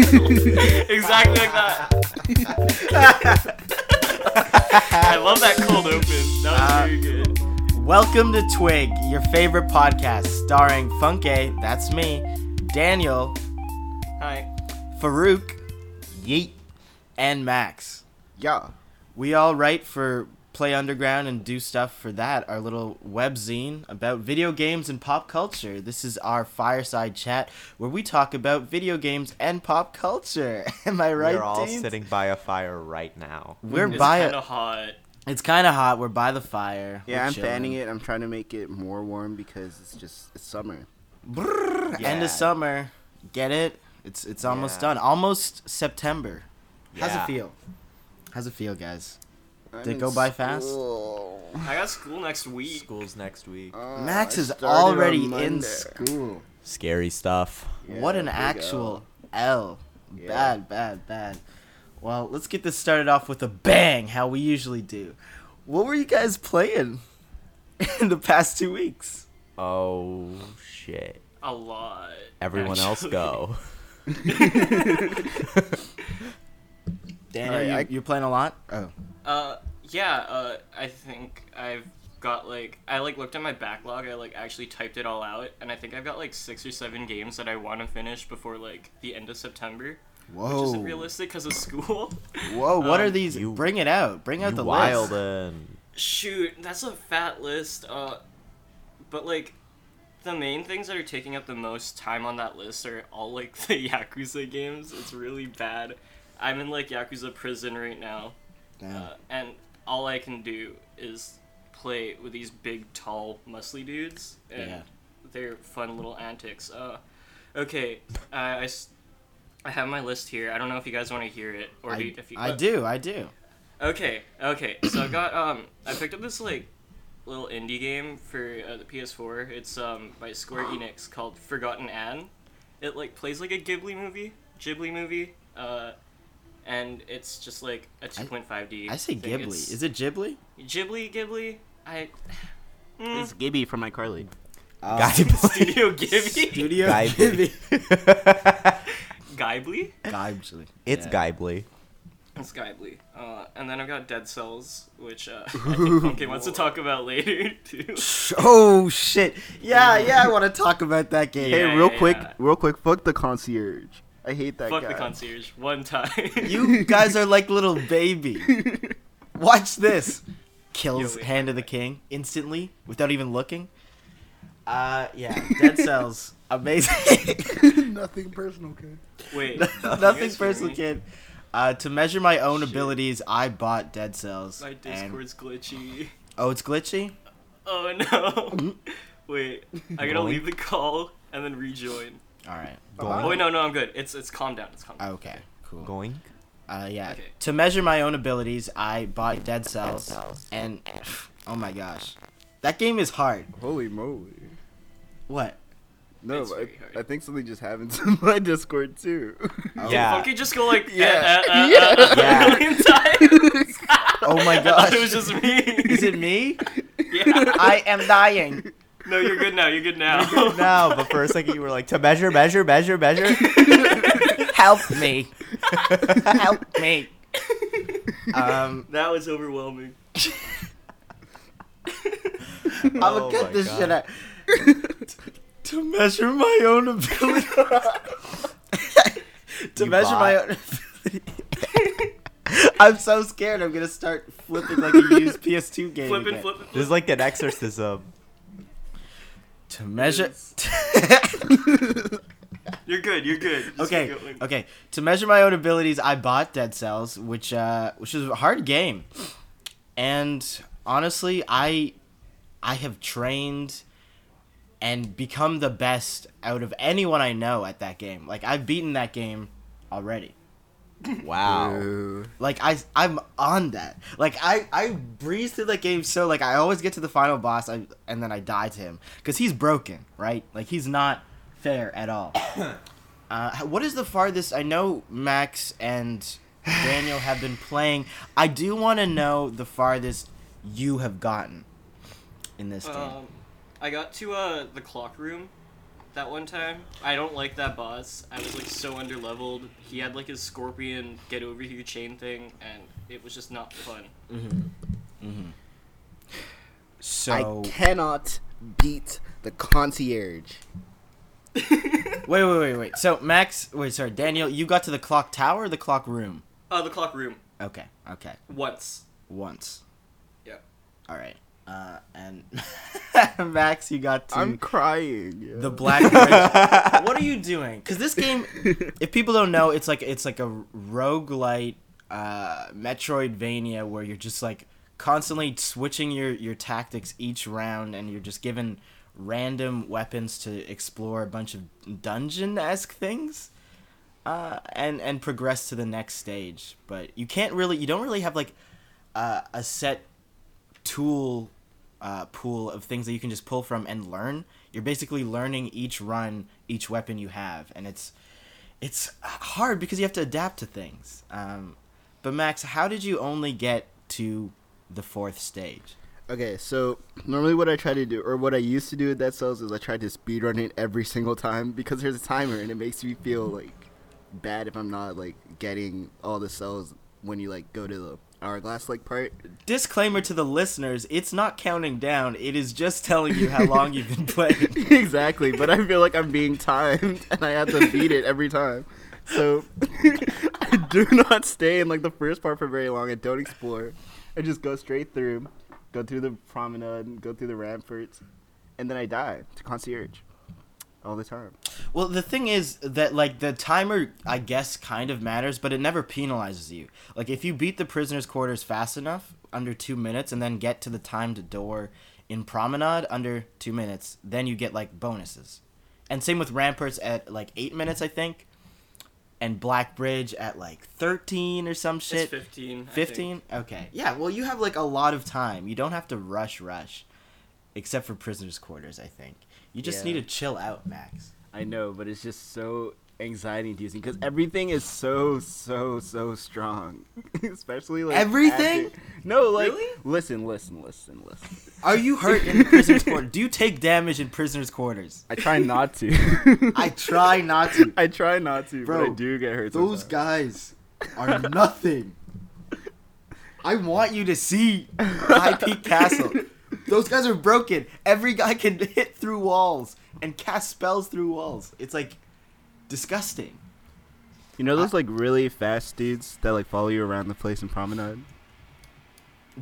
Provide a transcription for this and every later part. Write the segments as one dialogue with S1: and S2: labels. S1: exactly like that. I love that cold open. That was
S2: Uh,
S1: very good.
S2: Welcome to Twig, your favorite podcast, starring Funke, that's me, Daniel,
S1: Hi.
S2: Farouk, Yeet, and Max.
S3: Yeah.
S2: We all write for Play Underground and do stuff for that, our little web zine about video games and pop culture. This is our fireside chat where we talk about video games and pop culture. Am I right?
S4: We're all
S2: teens?
S4: sitting by a fire right now.
S2: We're
S1: It's
S2: by
S1: kind
S2: it.
S1: of hot.
S2: It's kind of hot. We're by the fire.
S3: Yeah,
S2: We're
S3: I'm
S2: chilling.
S3: fanning it. I'm trying to make it more warm because it's just it's summer.
S2: Brrr, End
S4: Yeah.
S2: of summer. Get it? It's it's almost
S4: Yeah.
S2: done. Almost September. How's
S4: Yeah.
S2: it feel? How's it feel, guys?
S3: I'm
S2: Did it
S3: in
S2: go by fast?
S3: school.
S1: I got school next week.
S4: School's next week.
S3: Uh,
S2: Max
S3: I
S2: is
S3: started on
S2: already in
S3: Monday.
S2: school.
S4: Scary stuff.
S2: what
S3: Yeah,
S2: an
S3: big
S2: actual
S3: L.
S2: L.
S3: Yeah.
S2: Bad, bad, bad. Well, let's get this started off with a bang, how we usually do. What were you guys playing in the past two weeks?
S4: Oh shit.
S1: A lot.
S4: Everyone else
S1: actually.
S4: go.
S2: Daniel,
S3: Alright,
S2: you,
S3: I-
S2: you're playing a lot? Oh.
S1: Uh, yeah. Uh, I think I've got like I like looked at my backlog. I like actually typed it all out, and I think I've got like six or seven games that I want to finish before like the end of September, which
S2: Whoa.
S4: Oh.
S1: isn't realistic because of school.
S2: Whoa, what
S1: Um,
S2: are these?
S4: you-
S2: Bring it out. Bring out
S4: You
S2: the list.
S4: wildin'.
S1: Shoot, that's a fat list. Uh, but like, the main things that are taking up the most time on that list are all like the Yakuza games. It's really bad. I'm in like Yakuza prison right now,
S2: Damn.
S1: uh, and all I can do is play with these big, tall, muscly dudes and
S2: Yeah.
S1: their fun little antics. Uh, okay, I, I s- I have my list here. I don't know if you guys want to hear it or do
S2: I,
S1: you- if you,
S2: I
S1: uh,
S2: do, I do.
S1: Okay, okay. So I got um, I picked up this like little indie game for uh, the PS4. It's um by Square Enix called Forgotten Anne. It like plays like a Ghibli movie, Ghibli movie. Uh, and it's just like a 2.5D.
S2: I say Ghibli. Is it Ghibli?
S1: Ghibli? Ghibli? I Mm.
S3: It's Gibby from iCarly.
S2: Uh,
S4: Guy
S1: Studio Ghibli.
S2: Studio
S4: Guy
S2: Ghibli.
S1: Ghibli.
S2: Ghibli.
S4: It's
S2: Yeah.
S4: Guybly.
S1: It's Ghibli. Uh, and then I've got Dead Cells, which uh, I think Funke wants to talk about later too.
S2: Oh shit! Yeah, yeah, I want to talk about that game.
S1: Yeah,
S3: Hey, real
S1: yeah,
S3: quick,
S1: yeah.
S3: real quick, fuck the concierge. I hate that
S1: Fuck
S3: guy.
S1: the concierge. One time.
S2: You guys are like little baby.
S3: concierge.
S2: Watch this. Kills
S1: Yo, wait,
S2: Hand of the King instantly without even looking. Uh, yeah, Dead Cells, amazing.
S3: Nothing personal, kid.
S1: Wait. you
S2: Nothing
S1: guys hear
S2: personal,
S1: me?
S2: kid. Uh, to measure my own abilities, I bought Dead Cells.
S1: My
S2: and-
S1: Discord's glitchy.
S2: oh, it's glitchy.
S1: Oh no. Wait, I gotta
S4: Boing.
S1: leave the call and then rejoin.
S2: All right.
S1: Oh wait, no, no, I'm good. It's it's calm down. It's calm. down.
S2: Okay. Cool.
S4: Going.
S2: Uh, yeah.
S1: Okay.
S2: To measure my own abilities, I bought Dead Cells, and oh my gosh, that game is hard.
S3: Holy moly!
S2: What?
S3: No,
S1: It's
S3: I,
S1: very hard.
S3: I think something just happened to my Discord too.
S4: Yeah.
S1: Funky just go like eh,
S3: Yeah.
S2: Uh,
S1: eh, eh,
S3: Yeah.
S1: eh, a
S4: Yeah.
S1: million times.
S2: Oh my
S1: I thought it was
S2: gosh.
S1: just me.
S2: Is it me?
S1: Yeah.
S2: I am dying.
S1: No, you're good now. You're good now.
S4: No, but for a second you were like to measure, measure, measure, measure.
S2: Help me. Help me.
S4: Uh,
S2: Um,
S1: That was overwhelming.
S2: I'm gonna
S4: Oh my
S2: cut this shit
S4: God.
S2: out. to measure my own abilities. to
S4: You
S2: measure my own abilities. I'm so scared. I'm gonna start flipping like a used PS2 game.
S1: Flipping,
S2: again.
S1: flipping.
S4: This is like an exorcism.
S2: To measure.
S1: You're good. You're good. Just keep
S2: okay,
S1: going.
S2: okay. To measure my own abilities, I bought Dead Cells, which uh, which is a hard game, and honestly, I I have trained and become the best out of anyone I know at that game. Like I've beaten that game already.
S4: Wow.
S3: Ooh.
S2: Like I I'm on that. Like I I breeze through that game so like I always get to the final boss I, and then I die to him cuz he's broken, right? Like he's not fair at all. uh h- what is the farthest I know Max and Daniel have been playing. I do want to know the farthest you have gotten in this game.
S1: Um, I got to uh the uh, clock room, that one time. I don't like that boss. I was like so underleveled. He had like his scorpion get over here chain thing, and it was just not fun.
S2: So
S4: Oh.
S3: I cannot beat the concierge.
S2: wait, wait, wait, wait. So Max, wait, sorry, Daniel, you got to the clock tower, or the clock room.
S1: Uh, the clock room
S2: Okay, okay,
S1: once.
S2: once.
S1: Yeah.
S2: All right. Uh, and Max, you got to
S3: crying. yeah.
S2: the Black Bridge. what are you doing? Because this game, if people don't know, it's like it's like a roguelite uh, Metroidvania where you're just like constantly switching your your tactics each round, and you're just given random weapons to explore a bunch of dungeon esque things. Uh, and and progress to the next stage, but you can't really, you don't really have like uh, a set tool uh, pool of things that you can just pull from and learn. You're basically learning each run, each weapon you have, and it's it's hard because you have to adapt to things. Um, but Max, how did you only get to the fourth stage?
S3: Okay, so normally what I try to do, or what I used to do with Dead Cells, is I try to speedrun it every single time because there's a timer, and it makes me feel like bad if I'm not like getting all the cells when you like go to the hourglass like part.
S2: Disclaimer to the listeners: It's not counting down. It is just telling you how long you've been playing.
S3: exactly, but I feel like I'm being timed, and I have to beat it every time. So I do not stay in like the first part for very long. I don't explore. I just go straight through, go through the promenade, go through the ramparts, and then I die to concierge all the time.
S2: Well, the thing is that like the timer, I guess, kind of matters, but it never penalizes you. Like if you beat the prisoners' quarters fast enough, under two minutes, and then get to the timed door in promenade under two minutes, then you get like bonuses. And same with ramparts at like eight minutes, I think, and Black Bridge at like thirteen or some shit.
S1: It's fifteen. I think.
S2: 15 okay yeah well you have like a lot of time you don't have to rush rush except for prisoners quarters i think you just
S3: Yeah.
S2: need to chill out max
S3: I know, but it's just so anxiety inducing because everything is so so so strong, especially like
S2: Everything?
S3: after- No, like
S1: Really?
S3: listen, listen, listen, listen.
S2: Are you hurt in prisoners' quarters? Do you take damage in prisoners' quarters?
S3: I try not to.
S2: I try not to.
S3: I try not to, but
S2: Bro,
S3: I do get hurt.
S2: Those
S3: sometimes.
S2: guys are nothing. I want you to see High Peak Castle. Those guys are broken. Every guy can hit through walls and cast spells through walls. It's like disgusting.
S3: You know those like really fast dudes that like follow you around the place in Promenade?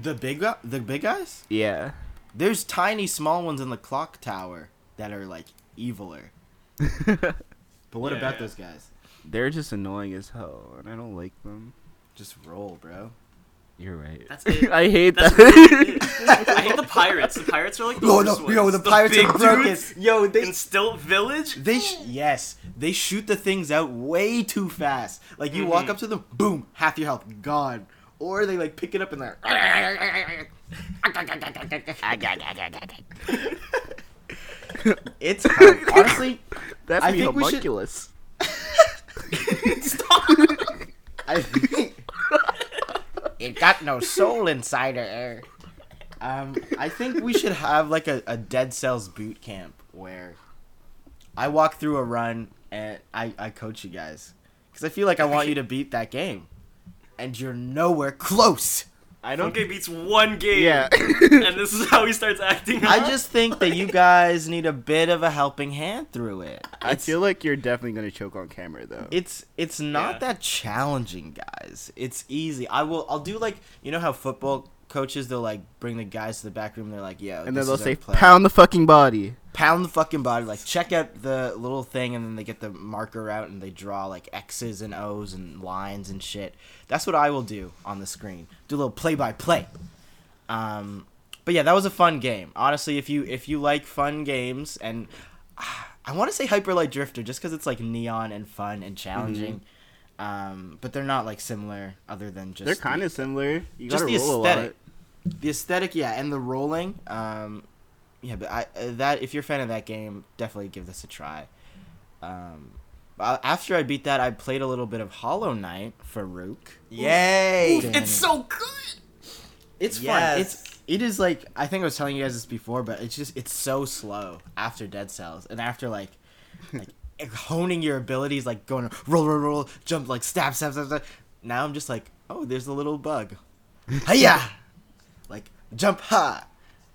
S2: The big gu- the big guys?
S3: Yeah.
S2: There's tiny small ones in the clock tower that are like eviler. But what
S1: Yeah,
S2: about
S1: yeah.
S2: those guys?
S3: They're just annoying as hell, and I don't like them.
S2: Just roll, bro.
S3: You're right.
S1: That's it.
S3: I hate
S1: That's
S3: that.
S1: I hate the pirates. The pirates are like the
S2: Oh
S1: worst
S2: no,
S1: ones.
S2: yo, the pirates
S1: big
S2: are broken.
S1: dudes
S2: Yo, they
S1: in Stilt Village.
S2: They sh- yes, they shoot the things out way too fast. Like you walk
S1: Mhm.
S2: up to them, boom, half your health gone. Or they like pick it up and they're it's hard. honestly.
S3: That's
S2: I
S3: me
S2: think we should-
S3: homunculus.
S2: I think it got no soul inside her. Um, I think we should have like a, a Dead Cells boot camp where I walk through a run and I, I coach you guys because I feel like I want you to beat that game, and you're nowhere close.
S3: I don't.
S1: Okay, beats one game.
S3: Yeah.
S1: and this is how he starts acting.
S2: I
S1: up.
S2: just think that you guys need a bit of a helping hand through it.
S3: I feel like you're definitely gonna choke on camera though.
S2: It's it's not
S1: Yeah.
S2: that challenging, guys. It's easy. I will I'll do like you know how football coaches they'll like bring the guys to the back room they're like yo
S3: and then
S2: this
S3: they'll
S2: is our
S3: say,
S2: play.
S3: "Pound the fucking body."
S2: pound the fucking body like check out the little thing and then they get the marker out and they draw like x's and o's and lines and shit that's what i will do on the screen do a little play by play um but yeah that was a fun game honestly if you if you like fun games and i want to say hyper light drifter just because it's like neon and fun and challenging um but they're not like similar other than just
S3: They're
S2: the-
S3: kind of similar. You
S2: just
S3: gotta
S2: the
S3: roll a lot.
S2: aesthetic. the aesthetic, yeah, and the rolling. Um, yeah, but I uh, that if you're a fan of that game, definitely give this a try. Um, uh, after I beat that, I played a little bit of Hollow Knight for Rook.
S4: Yay!
S2: Oof.
S1: It's so good.
S2: It's
S4: Yes.
S2: fun. It's it is like I think I was telling you guys this before, but it's just it's so slow after Dead Cells and after like like honing your abilities, like going roll, roll, roll, jump, like stab, stab, stab, stab. Now I'm just like, oh, there's a little bug. Hiya! like jump ha,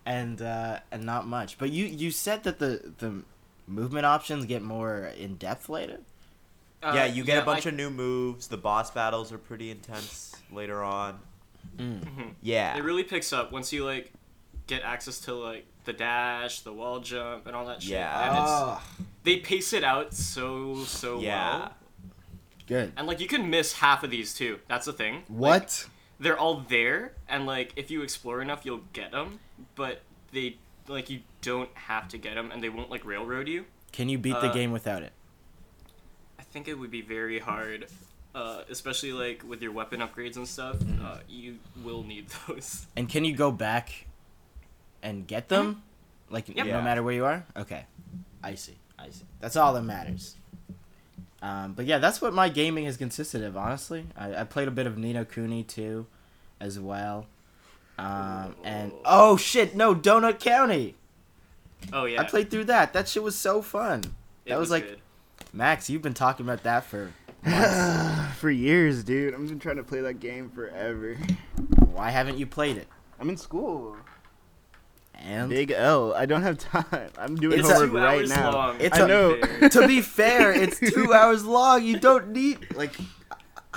S2: and uh, and not much. But you you said that the the movement options get more in depth later.
S1: Uh,
S4: yeah, you get a bunch
S1: like-
S4: of new moves. The boss battles are pretty intense later on.
S1: Mhm.
S4: Yeah.
S1: It really picks up once you like get access to like the dash, the wall jump, and all that shit.
S4: Yeah.
S1: And it's,
S2: Oh,
S1: they pace it out so so
S4: yeah.
S1: well.
S2: good.
S1: And like you can miss half of these too. That's the thing. Like,
S2: What?
S1: they're all there, and like if you explore enough, you'll get them. But they like you don't have to get them, and they won't like railroad you.
S2: Can you beat the
S1: uh,
S2: game without it?
S1: I think it would be very hard, uh, especially like with your weapon upgrades and stuff.
S4: Mm-hmm.
S1: Uh, you will need those.
S2: And can you go back and get them? Like
S1: Yep.
S2: no
S4: Yeah.
S2: matter where you are? Okay. I see. I see. That's all that matters. Um, but yeah, that's what my gaming has consisted of, honestly. I, I played a bit of Nino Cooney too as well. Um, and oh shit, no, Donut County.
S1: Oh yeah,
S2: I played through that. That shit was so fun.
S1: It
S2: that was, like-
S1: good.
S2: Max, you've been talking about that for
S3: For years, dude. I've been trying to play that game forever.
S2: why haven't you played it?
S3: I'm in school.
S2: And
S3: Big L. I don't have time. I'm doing
S2: It's a-
S3: homework
S1: two
S3: right
S1: hours
S3: now.
S1: long.
S2: It's
S3: I
S2: a-
S3: know.
S1: Fair.
S2: to be fair, it's two hours long. You don't need like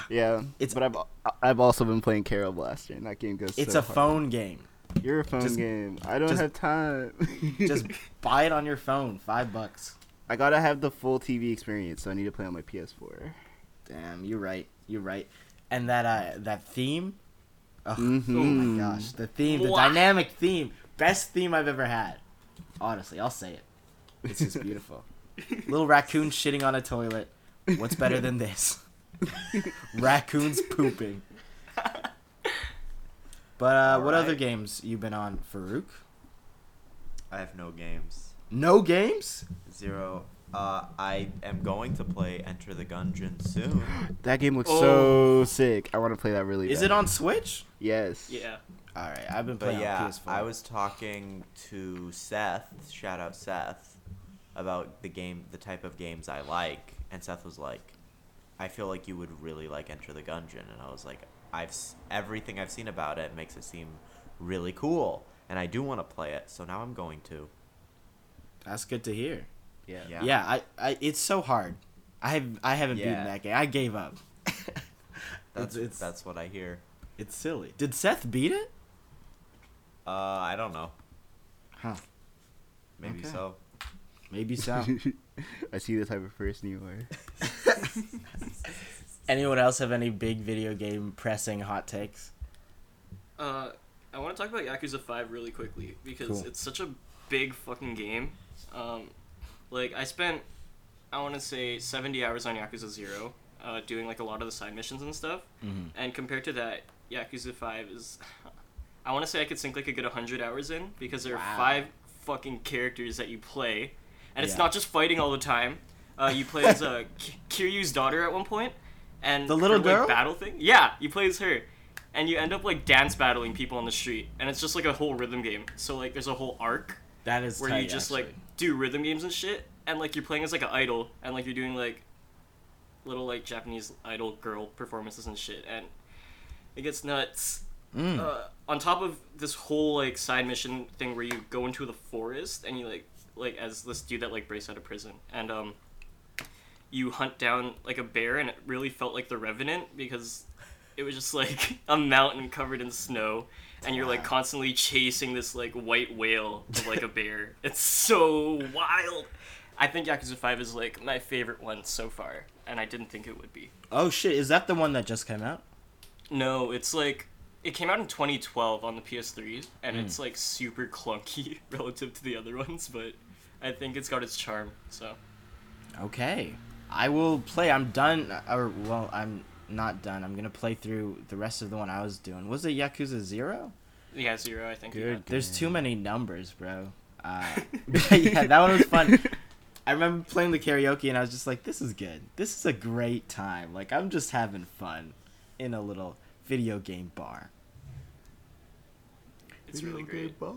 S3: Yeah,
S2: It's-
S3: but I've I've also been playing Carol Blaster, and that game goes.
S2: it's
S3: so
S2: a
S3: hard.
S2: phone game.
S3: You're a phone
S2: just-
S3: game. I don't
S2: just-
S3: have time.
S2: Just buy it on your phone, five bucks.
S3: I gotta have the full TV experience, so I need to play on my PS4.
S2: Damn, you're right. You're right. And that uh, that theme. Ugh, Oh
S3: Mhm.
S4: Hmm.
S2: my gosh, the theme, the
S1: Mwah.
S2: dynamic theme, best theme I've ever had. Honestly, I'll say it. It's just beautiful. Little raccoon shitting on a toilet. What's better than this? Raccoons pooping. But uh, what other
S1: Alright.
S2: games you been on, Farouk?
S4: I have no games.
S2: No games?
S4: Zero. Uh, I am going to play Enter the Gungeon soon.
S3: That game looks so
S1: Oh.
S3: sick. I want to play that really.
S2: Is
S3: bad.
S2: it on Switch?
S3: Yes.
S1: yeah.
S2: All right, I've been playing
S4: But yeah,
S2: on PS4.
S4: I was talking to Seth, shout out Seth, about the game, the type of games I like, and Seth was like, "I feel like you would really like Enter the Gungeon," and I was like, "I've s- everything I've seen about it makes it seem really cool, and I do want to play it, so now I'm going to."
S2: That's good to hear.
S3: Yeah.
S4: Yeah.
S2: Yeah, I, I, it's so hard. I have, I haven't beaten
S4: Yeah.
S2: that game. I gave up. it's,
S4: That's
S2: it's,
S4: that's what I hear.
S2: it's silly. Did Seth beat it?
S4: Uh, I don't know.
S2: Huh.
S4: Maybe
S2: Okay.
S4: so.
S2: Maybe so.
S3: I see the type of person you are.
S2: Anyone else have any big video game pressing hot takes?
S1: Uh, I want to talk about Yakuza Five really quickly because
S2: Cool.
S1: it's such a big fucking game. Um, like I spent, I want to say seventy hours on Yakuza Zero, uh, doing like a lot of the side missions and stuff.
S2: Mhm.
S1: And compared to that, Yakuza Five is, I want to say I could sink like a good hundred hours in because there are
S2: Wow.
S1: five fucking characters that you play, and it's
S2: Yeah.
S1: not just fighting all the time. Uh, you play as uh, Ki- Kiryu's daughter at one point, and
S2: The little
S1: her,
S2: girl?
S1: like, battle thing. Yeah, you play as her, and you end up like dance battling people on the street, and it's just like a whole rhythm game. So like, there's a whole arc
S2: That is
S1: where you
S2: tight,
S1: just like
S2: actually.
S1: do rhythm games and shit, and like you're playing as like an idol, and like you're doing like little like Japanese idol girl performances and shit, and it gets nuts.
S2: Mm.
S1: Uh, on top of this whole like side mission thing where you go into the forest and you like like as this dude that like breaks out of prison and um you hunt down like a bear and it really felt like the revenant because it was just like a mountain covered in snow and you're like constantly chasing this like white whale of like a bear it's so wild i think yakuza 5 is like my favorite one so far and i didn't think it would be
S2: oh shit! Is that the one that just came out?
S1: no it's like it came out in 2012 on the ps3 and it's like super clunky relative to the other ones but i think it's got its charm so
S2: Okay. I will play. I'm done. Or well, I'm not done. I'm gonna play through the rest of the one I was doing. Was it Yakuza Zero?
S1: yeah zero i think you
S2: Dude,
S1: got.
S2: there's too many numbers, bro. Uh, yeah, that one was fun. I remember playing the karaoke and I was just like, this is good. This is a great time. Like, I'm just having fun in a little video game bar.
S1: it's really great
S3: Bar.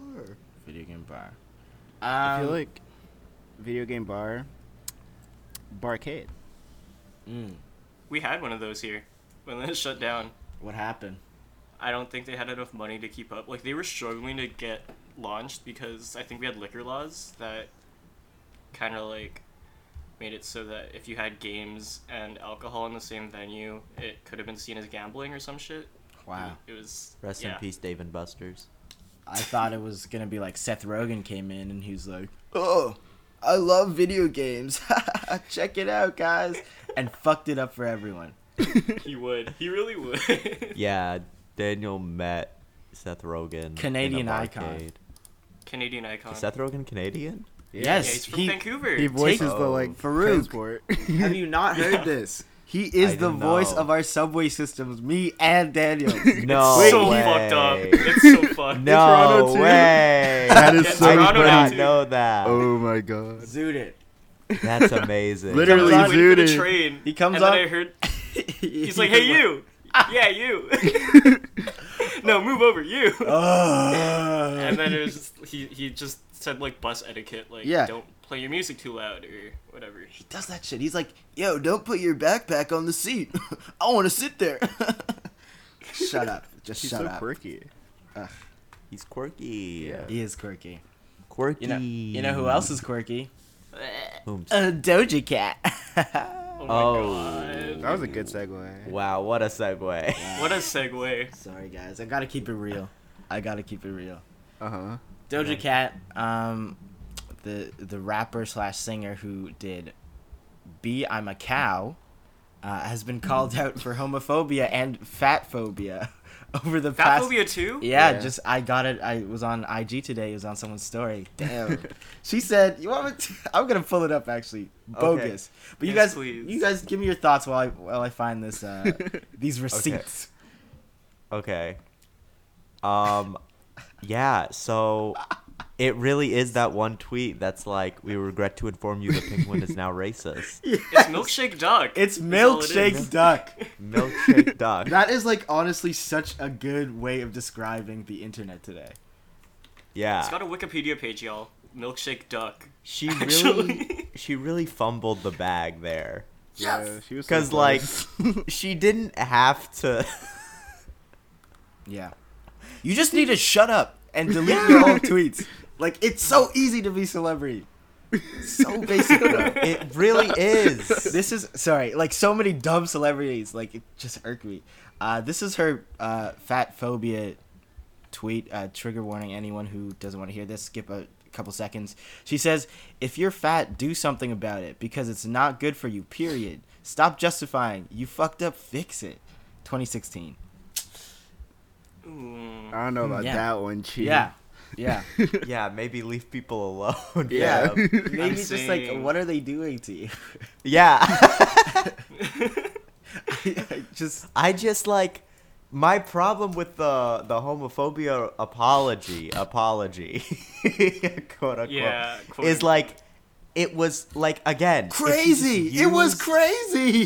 S2: Video game bar. Um,
S3: I feel like video game bar Barcade.
S2: Mm,
S1: We had one of those here when it shut down.
S2: what happened?
S1: I don't think they had enough money to keep up. Like they were struggling to get launched because I think we had liquor laws that kind of like made it so that if you had games and alcohol in the same venue, it could have been seen as gambling or some shit.
S2: Wow.
S1: It was
S4: Rest
S1: yeah.
S4: in peace, Dave and Buster's.
S2: I thought it was gonna be like Seth Rogen came in and he's like, "Oh, I love video games. Check it out, guys," and fucked it up for everyone.
S1: He would. He really would.
S4: Yeah, Daniel met Seth Rogen.
S2: Canadian
S4: in a
S2: icon.
S4: barcade.
S1: Canadian icon.
S4: Is Seth Rogen Canadian?
S1: yeah,
S2: Yes,
S1: he's from
S2: he-
S1: Vancouver.
S3: He voices
S4: Take-
S3: the like
S2: Farouk.
S3: transport.
S2: Have you not heard this? He is
S4: I
S2: the
S4: didn't
S2: voice
S4: know.
S2: of our subway systems. Me and Daniel.
S4: No
S1: so fucked up.
S4: way.
S1: It's so fucked.
S4: No
S3: Toronto too?
S4: way.
S3: That is
S1: Yeah,
S3: so
S4: I did
S1: Toronto now
S4: not
S1: too.
S4: know that.
S3: Oh my god.
S2: Zoot it.
S4: That's amazing.
S1: I was
S3: Literally.
S1: waiting for the
S3: Zooted.
S1: train.
S2: He comes
S1: and then
S2: up-
S1: I heard he's like, "Hey you, yeah you, no move over you."
S2: Ah.
S1: and then it was just, he he just said like bus etiquette, like
S2: Yeah.
S1: don't play your music too loud or whatever.
S2: he does that shit. He's like, "Yo, don't put your backpack on the seat. I want to sit there." shut up. Just
S3: He's
S2: shut
S3: so
S2: up.
S3: quirky.
S4: He's quirky.
S3: Yeah.
S2: He is quirky.
S4: Quirky.
S2: You know, you know who else is quirky?
S4: Oops.
S2: Uh, Doja Cat.
S1: Oh my
S4: Oh.
S1: god!
S3: That was a good segue.
S4: Wow, what a segue.
S1: What a segue.
S2: Sorry guys, I gotta keep it real. I gotta keep it real.
S3: Uh huh.
S2: Doja Cat, um, the the rapper slash singer who did "Be I'm a Cow," uh, has been called
S1: Hmm.
S2: out for homophobia and fat phobia over the
S1: That
S2: past.
S1: phobia too.
S2: Yeah,
S3: Yeah.
S2: just I got it. I was on IG today. It was on someone's story. Damn. she said, "You want me to, I'm gonna pull it up actually. Bogus. But you
S1: Yes,
S2: guys,
S1: please.
S2: you guys, give me your thoughts while I while I find this uh, these receipts.
S4: Okay. Um yeah, so it really is that one tweet that's like we regret to inform you the penguin is now racist.
S1: It's milkshake duck.
S2: It's
S1: is all it
S2: milkshake
S1: is.
S2: duck.
S4: Milkshake duck.
S2: That is like honestly such a good way of describing the internet today.
S1: It's
S4: Yeah.
S1: got a Wikipedia page, y'all. Milkshake duck.
S4: She
S1: Actually.
S4: really she really fumbled the bag there.
S3: Yeah, she was so
S4: Cuz
S3: close.
S4: like she didn't have to
S2: Yeah. You just need to shut up and delete your old tweets. Like it's so easy to be celebrity. So basic. though.
S4: It really is.
S2: this is sorry, like so many dumb celebrities, like it just irked me. Uh, this is her uh, fat phobia tweet. Uh, trigger warning: anyone who doesn't want to hear this, skip a couple seconds. She says, "If you're fat, do something about it because it's not good for you. Period. Stop justifying. You fucked up. Fix it." 2016.
S1: Ooh.
S3: I don't know about
S2: Yeah.
S3: that one, Chi.
S2: Yeah, yeah.
S4: Yeah, maybe leave people alone.
S3: Yeah.
S4: Yeah.
S2: Maybe
S1: I'm
S2: just like,
S1: saying-
S2: what are they doing to you?
S4: Yeah.
S2: I just
S4: I just like my problem with the the homophobia apology apology quote unquote
S1: Yeah, quote
S4: is
S1: unquote.
S4: like it was like again if she just
S2: crazy. It was
S4: used-
S2: crazy.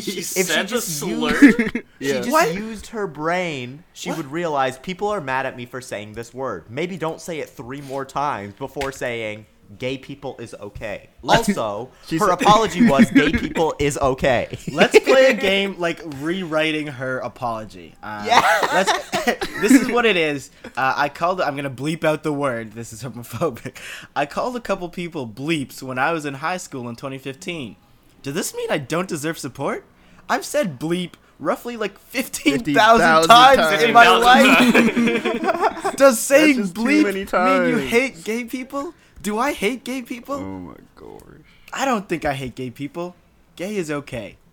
S1: She
S4: if she
S1: said the
S4: just
S1: slur.
S4: she just
S2: What?
S4: used her brain she
S2: What?
S4: would realize people are mad at me for saying this word maybe don't say it three more times before saying gay people is okay also
S3: She
S4: her
S3: said-
S4: apology was gay people is okay
S2: Let's play a game like rewriting her apology. Uh,
S4: Yeah.
S2: Let's, this is what it is. Uh, I called. I'm gonna bleep out the word. This is homophobic. I called a couple people bleeps when I was in high school in 2015. Does this mean I don't deserve support? I've said bleep roughly like 15,000 times,
S3: 15,000
S2: in my life.
S1: times.
S2: Does saying
S3: just too
S2: bleep
S3: many
S2: mean you
S3: times.
S2: hate gay people? Do I hate gay people?
S3: Oh my gosh.
S2: I don't think I hate gay people. Gay is okay.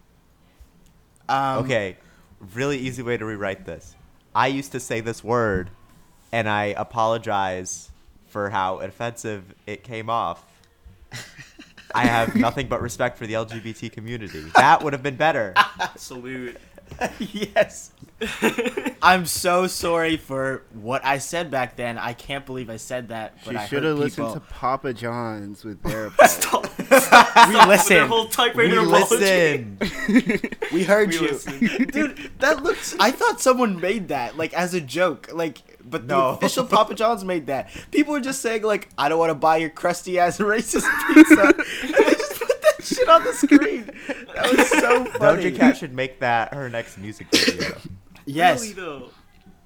S2: Um,
S4: Okay, really easy way to rewrite this. I used to say this word, and I apologize for how offensive it came off. I have nothing but respect for the LGBT community. That would have been better.
S1: Salute.
S2: yes. I'm so sorry for what I said back then. I can't believe I said that. But
S3: She
S2: I
S3: should
S2: hurt
S3: have listened to
S2: people.
S3: Papa John's with their
S1: Stop.
S2: We
S1: With their
S2: listened.
S1: whole
S4: We
S1: typewriter apology.
S4: listen.
S2: we heard
S1: We
S2: you,
S1: listened.
S2: dude. That looks. I thought someone made that like as a joke, like. But the
S4: No.
S2: official Papa John's made that. People were just saying like, "I don't want to buy your crusty ass racist pizza." and they just put that that shit on the screen. That was so funny.
S4: Doja Cat should make that her next music video.
S2: Yes,
S1: Really, though.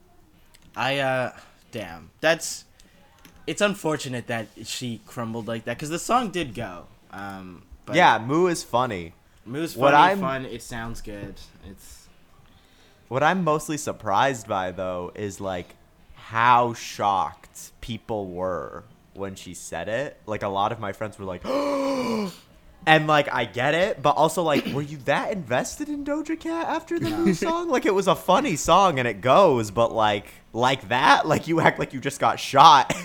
S2: I uh damn. That's it's unfortunate that she crumbled like that cuz the song did go. Um but
S4: yeah, Moo is funny.
S2: Moose funny
S4: What I'm-
S2: fun, it sounds good. It's
S4: What I'm mostly surprised by though is like how shocked people were when she said it. Like a lot of my friends were like And like I get it, but also like, were you that invested in Doja Cat after the new song? Like it was a funny song and it goes, but like like that, like you act like you just got shot.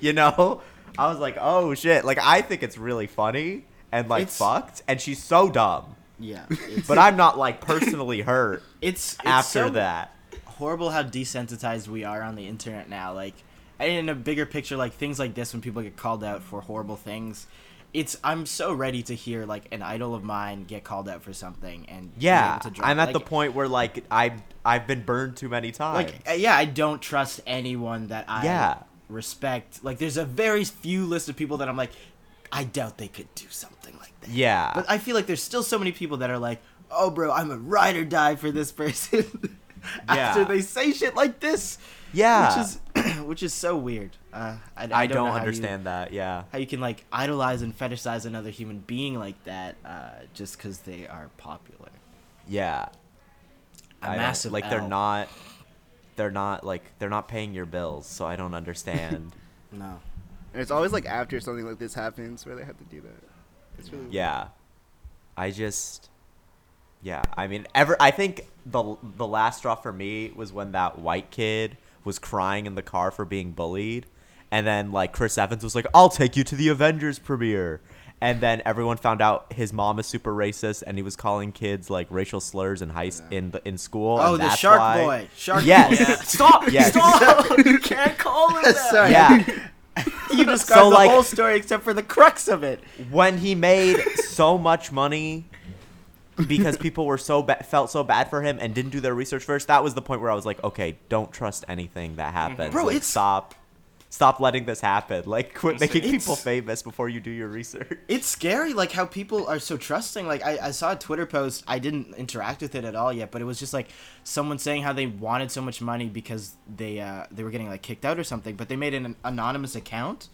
S4: you know? I was like, oh shit. Like I think it's really funny and like
S2: It's-
S4: fucked, and she's so dumb.
S2: yeah. It's
S4: But I'm not like personally hurt
S2: it's, it's
S4: after
S2: so
S4: that.
S2: horrible how desensitized we are on the internet now. Like, and in a bigger picture, like things like this, when people get called out for horrible things, it's I'm so ready to hear like an idol of mine get called out for something and be
S4: Yeah,
S2: able to drop-
S4: I'm at
S2: like,
S4: the point where like I I've been burned too many times.
S2: Like, uh, yeah, I don't trust anyone that I
S4: Yeah.
S2: respect. Like, there's a very few list of people that I'm like, I doubt they could do something like that.
S4: yeah,
S2: But I feel like there's still so many people that are like, oh, bro, I'm a ride or die for this person. After
S4: Yeah.
S2: they say shit like this,
S4: yeah.
S2: which is which is so weird. Uh, I, I,
S4: I, don't,
S2: know how you-
S4: understand that. Yeah,
S2: how you, can like idolize and fetishize another human being like that uh, just because they are popular.
S4: yeah.
S2: A
S4: I don't-
S2: massive
S4: like they're
S2: L.
S4: not they're not like they're not paying your bills, so I don't understand.
S2: No.
S3: And it's always like after something like this happens where they have to do that. It's really
S4: yeah, I just yeah. I mean, ever I think the the last straw for me was when that white kid was crying in the car for being bullied, and then like Chris Evans was like, "I'll take you to the Avengers premiere." And then everyone found out his mom is super racist, and he was calling kids like racial slurs in high s in the, in school.
S2: Oh,
S4: and
S2: the
S4: that's
S2: shark
S4: why-
S2: boy. Shark
S4: Yes.
S2: boy.
S1: Stop!
S4: Yes.
S1: Stop! you can't call him that.
S2: Sorry.
S4: Yeah.
S2: You described the
S4: like-
S2: whole story except for the crux of it.
S4: when he made so much money because people were so ba- felt so bad for him and didn't do their research first that was the point where i was like okay don't trust anything that happens
S2: Bro,
S4: Like,
S2: it's-
S4: stop stop letting this happen like quit making
S2: It's-
S4: people famous before you do your research
S2: It's scary, like how people are so trusting. Like I, I saw a Twitter post. I didn't interact with it at all yet, but it was just like someone saying how they wanted so much money because they uh, they were getting like kicked out or something. But they made an anonymous account,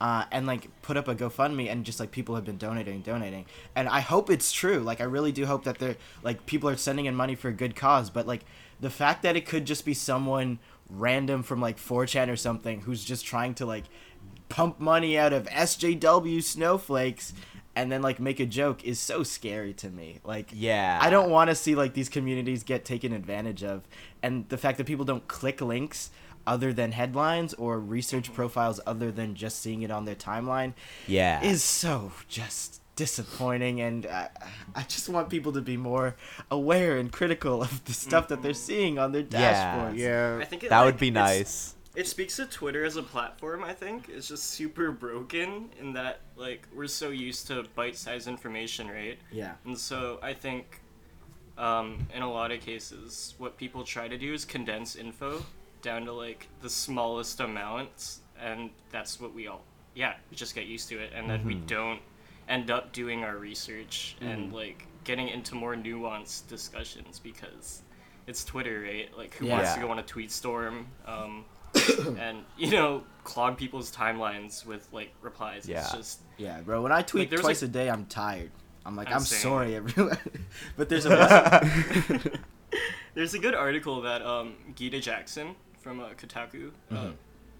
S2: uh, and like put up a GoFundMe, and just like people have been donating, donating. And I hope it's true. Like I really do hope that they're like people are sending in money for a good cause. But like the fact that it could just be someone random from like 4chan or something who's just trying to like pump money out of SJW snowflakes and then like make a joke is so scary to me. Like
S4: Yeah.
S2: I don't want to see like these communities get taken advantage of and the fact that people don't click links other than headlines or research profiles other than just seeing it on their timeline
S4: yeah
S2: is so just disappointing and I, I just want people to be more aware and critical of the stuff that they're seeing on their
S4: Yeah.
S2: dashboards.
S3: Yeah.
S1: I think it,
S4: that would
S1: like,
S4: be
S1: it's-
S4: nice
S1: It speaks to Twitter as a platform, I think. It's just super broken in that, like, we're so used to bite sized information, right?
S2: Yeah.
S1: And so I think um, in a lot of cases, what people try to do is condense info down to, like, the smallest amounts, and that's what we all, yeah, we just get used to it, and then we
S4: Mm-hmm.
S1: don't end up doing our research and, like, getting into more nuanced discussions because it's Twitter, right? Like, who wants to
S4: Yeah.
S1: go on a tweet storm? Um, and you know clog people's timelines with like replies
S4: Yeah.
S1: it's just
S2: Yeah, bro. When I tweet
S1: there's,
S2: twice
S1: like-
S2: a day, I'm tired. I'm like, I'm,
S1: I'm saying-
S2: sorry, everyone. but there's a lesson.
S1: there's a good article that um Gita Jackson from uh, Kotaku uh,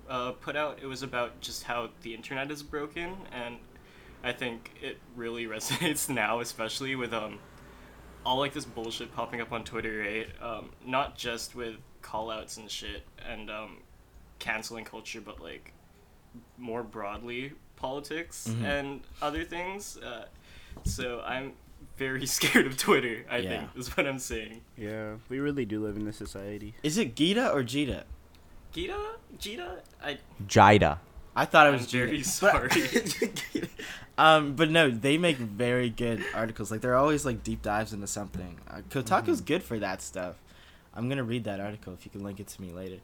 S1: uh, put out it was about just how the internet is broken and I think it really resonates now especially with um all like this bullshit popping up on Twitter right um not just with call outs and shit and um canceling culture but like more broadly politics and other things uh, so I'm very scared of Twitter I
S2: Yeah.
S1: think is what I'm saying
S3: Yeah. We really do live in this society.
S2: Is it Gita or Jita?
S1: Gita? Gita? I,
S4: jida
S2: I thought it
S1: I'm
S2: was Jita.
S1: very
S2: But-
S1: sorry.
S2: um, but no, they make very good articles. Like they're always like deep dives into something. Uh, Kotaku's
S4: Mm-hmm.
S2: good for that stuff. I'm gonna read that article if you can link it to me later.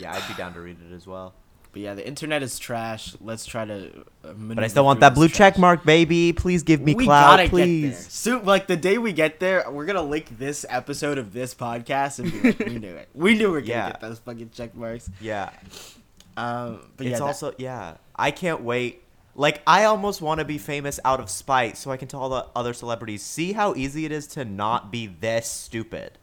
S4: yeah i'd be down to read it as well
S2: But yeah, the internet is trash. Let's try to. Uh,
S4: But I still want that blue check mark, baby. Please give me clout, please.
S2: Soon, like the day we get there, we're gonna link this episode of this podcast and be like, we knew it. We knew we are gonna
S4: Yeah.
S2: get those fucking check marks.
S4: Yeah.
S2: Um, but
S4: it's
S2: yeah,
S4: also yeah. I can't wait. Like I almost want to be famous out of spite, so I can tell the other celebrities, see how easy it is to not be this stupid.
S2: that,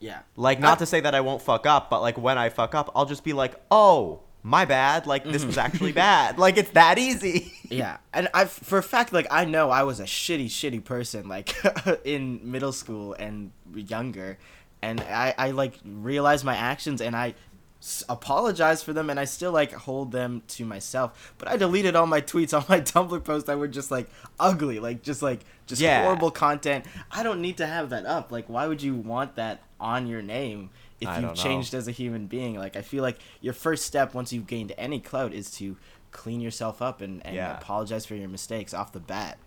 S2: yeah.
S4: Like not to say that I won't fuck up, but like when I fuck up, I'll just be like, oh, my bad. Like this was actually bad. Like it's that easy.
S2: Yeah, and I for a fact like I know I was a shitty shitty person like in middle school and younger, and I I like realized my actions and I s- apologize for them and I still like hold them to myself. But I deleted all my tweets, all my Tumblr posts that were just like ugly, like just like just
S4: Yeah.
S2: horrible content. I don't need to have that up. Like why would you want that on your name? If
S4: I
S2: you've
S4: don't know.
S2: changed as a human being, like I feel like your first step once you've gained any clout is to clean yourself up and, and
S4: Yeah.
S2: apologize for your mistakes off the bat.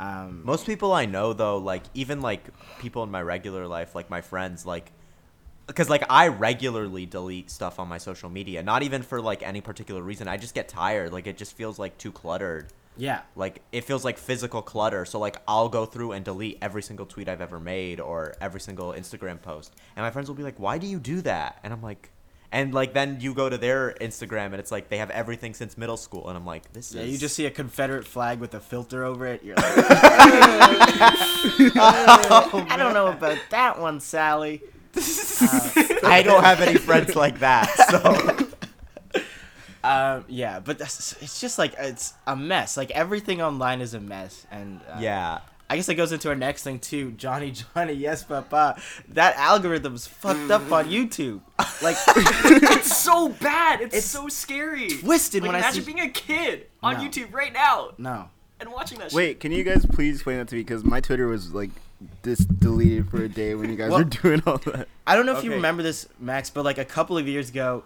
S2: Um,
S4: Most people I know though, like even like people in my regular life, like my friends, like because like I regularly delete stuff on my social media, not even for like any particular reason. I just get tired. Like it just feels like too cluttered.
S2: yeah,
S4: Like it feels like physical clutter. So like I'll go through and delete every single tweet I've ever made or every single Instagram post. And my friends will be like, "Why do you do that?" And I'm like, and like then you go to their Instagram and it's like they have everything since middle school and I'm like, this
S2: yeah.
S4: is
S2: You just see a Confederate flag with a filter over it. You're like, I don't know about that one, Sally.
S4: I don't have any friends like that. So
S2: Um, yeah, but that's, it's just like it's a mess. Like everything online is a mess, and uh,
S4: yeah.
S2: I guess that goes into our next thing too. Johnny, Johnny, yes, Papa. That algorithm's fucked up on YouTube. Like
S1: it's so bad. It's, so scary.
S2: twisted
S1: like,
S2: when I
S1: imagine
S2: see-
S1: being a kid on
S2: No.
S1: YouTube right now
S2: no.
S1: and watching that.
S3: Wait, can you guys please explain that to me? Because my Twitter was like this deleted for a day when you guys
S2: Well-
S3: were doing all that.
S2: I don't know if you
S4: Okay.
S2: remember this, Max, but like a couple of years ago,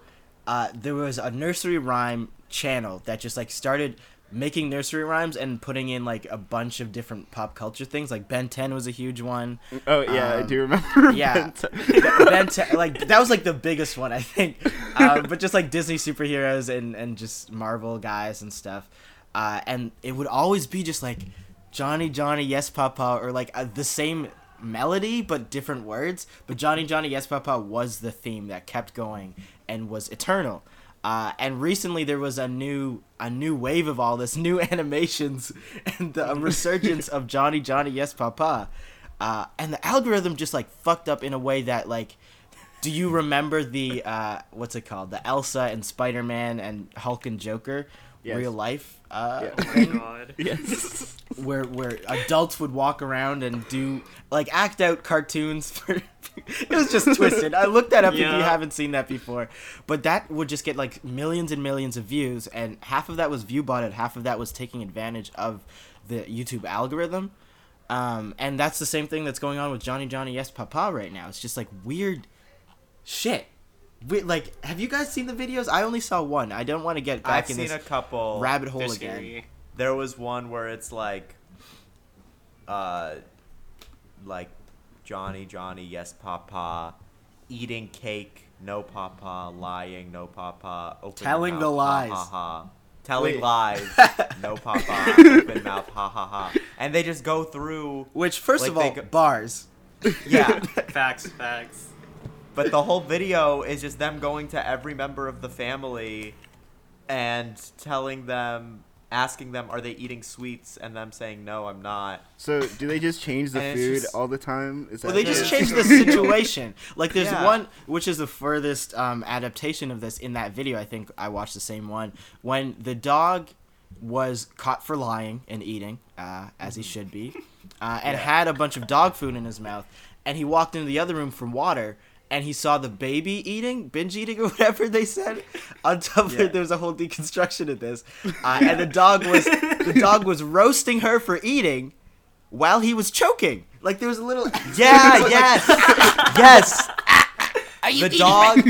S2: uh, there was a nursery rhyme channel that just like started making nursery rhymes and putting in like a bunch of different pop culture things. Like Ben 10 was a huge one.
S3: Oh yeah, I
S2: Um,
S3: do remember.
S2: yeah.
S3: that.
S2: ben 10, like that was like the biggest one I think. Um, but just like Disney superheroes and and just Marvel guys and stuff. Uh, and it would always be just like Johnny Johnny Yes Papa or like uh, the same melody but different words. But Johnny Johnny Yes Papa was the theme that kept going and was eternal. Uh, and recently there was a new a new wave of all this new animations and the resurgence of Johnny Johnny Yes Papa. Uh, and the algorithm just like fucked up in a way that like do you remember the uh, what's it called? The Elsa and Spider Man and Hulk and Joker
S3: Yes.
S2: real life uh,
S3: Yeah.
S1: shit. Oh my god.
S3: yes.
S2: where where adults would walk around and do like act out cartoons for it was just twisted. I looked that up if you
S1: Yeah.
S2: haven't seen that before. But that would just get like millions and millions of views and half of that was view botted, half of that was taking advantage of the YouTube algorithm. Um, and that's the same thing that's going on with Johnny Johnny Yes Papa right now. It's just like weird shit. We, like, have you guys seen the videos? I only saw one. I don't want to get back
S4: I've
S2: in
S4: seen
S2: this
S4: a couple.
S2: rabbit hole
S1: They're
S2: again.
S1: scary.
S4: there was one where it's like, uh, like Johnny, Johnny, yes, Papa, eating cake, no, Papa, lying, no, Papa, open
S2: Telling
S4: mouth,
S2: the lies.
S4: ha ha ha, telling
S3: Wait.
S4: lies, no, Papa, open mouth, ha ha ha, and they just go through,
S2: Which, first
S4: Like,
S2: of
S4: they
S2: all,
S4: go-
S2: bars.
S4: yeah.
S1: Facts, facts.
S4: But the whole video is just them going to every member of the family and telling them, asking them, are they eating sweets? And them saying, no, I'm not.
S3: So do they just change the
S4: And it's
S3: food
S4: just-
S3: all the time? Is
S2: Well,
S3: that
S2: they just
S3: it?
S2: changed the situation. Like, there's
S4: Yeah.
S2: one which is the furthest um, adaptation of this in that video. I think I watched the same one when the dog was caught for lying and eating, uh, as he should be, uh, and had a bunch of dog food in his mouth, and he walked into the other room for water. And he saw the baby eating, binge eating, or whatever they said. On top of
S1: Yeah.
S2: it, there was a whole deconstruction of this, uh, and the dog was the dog was roasting her for eating, while he was choking. Like there was a little
S4: Yeah, yes, yes. the dog,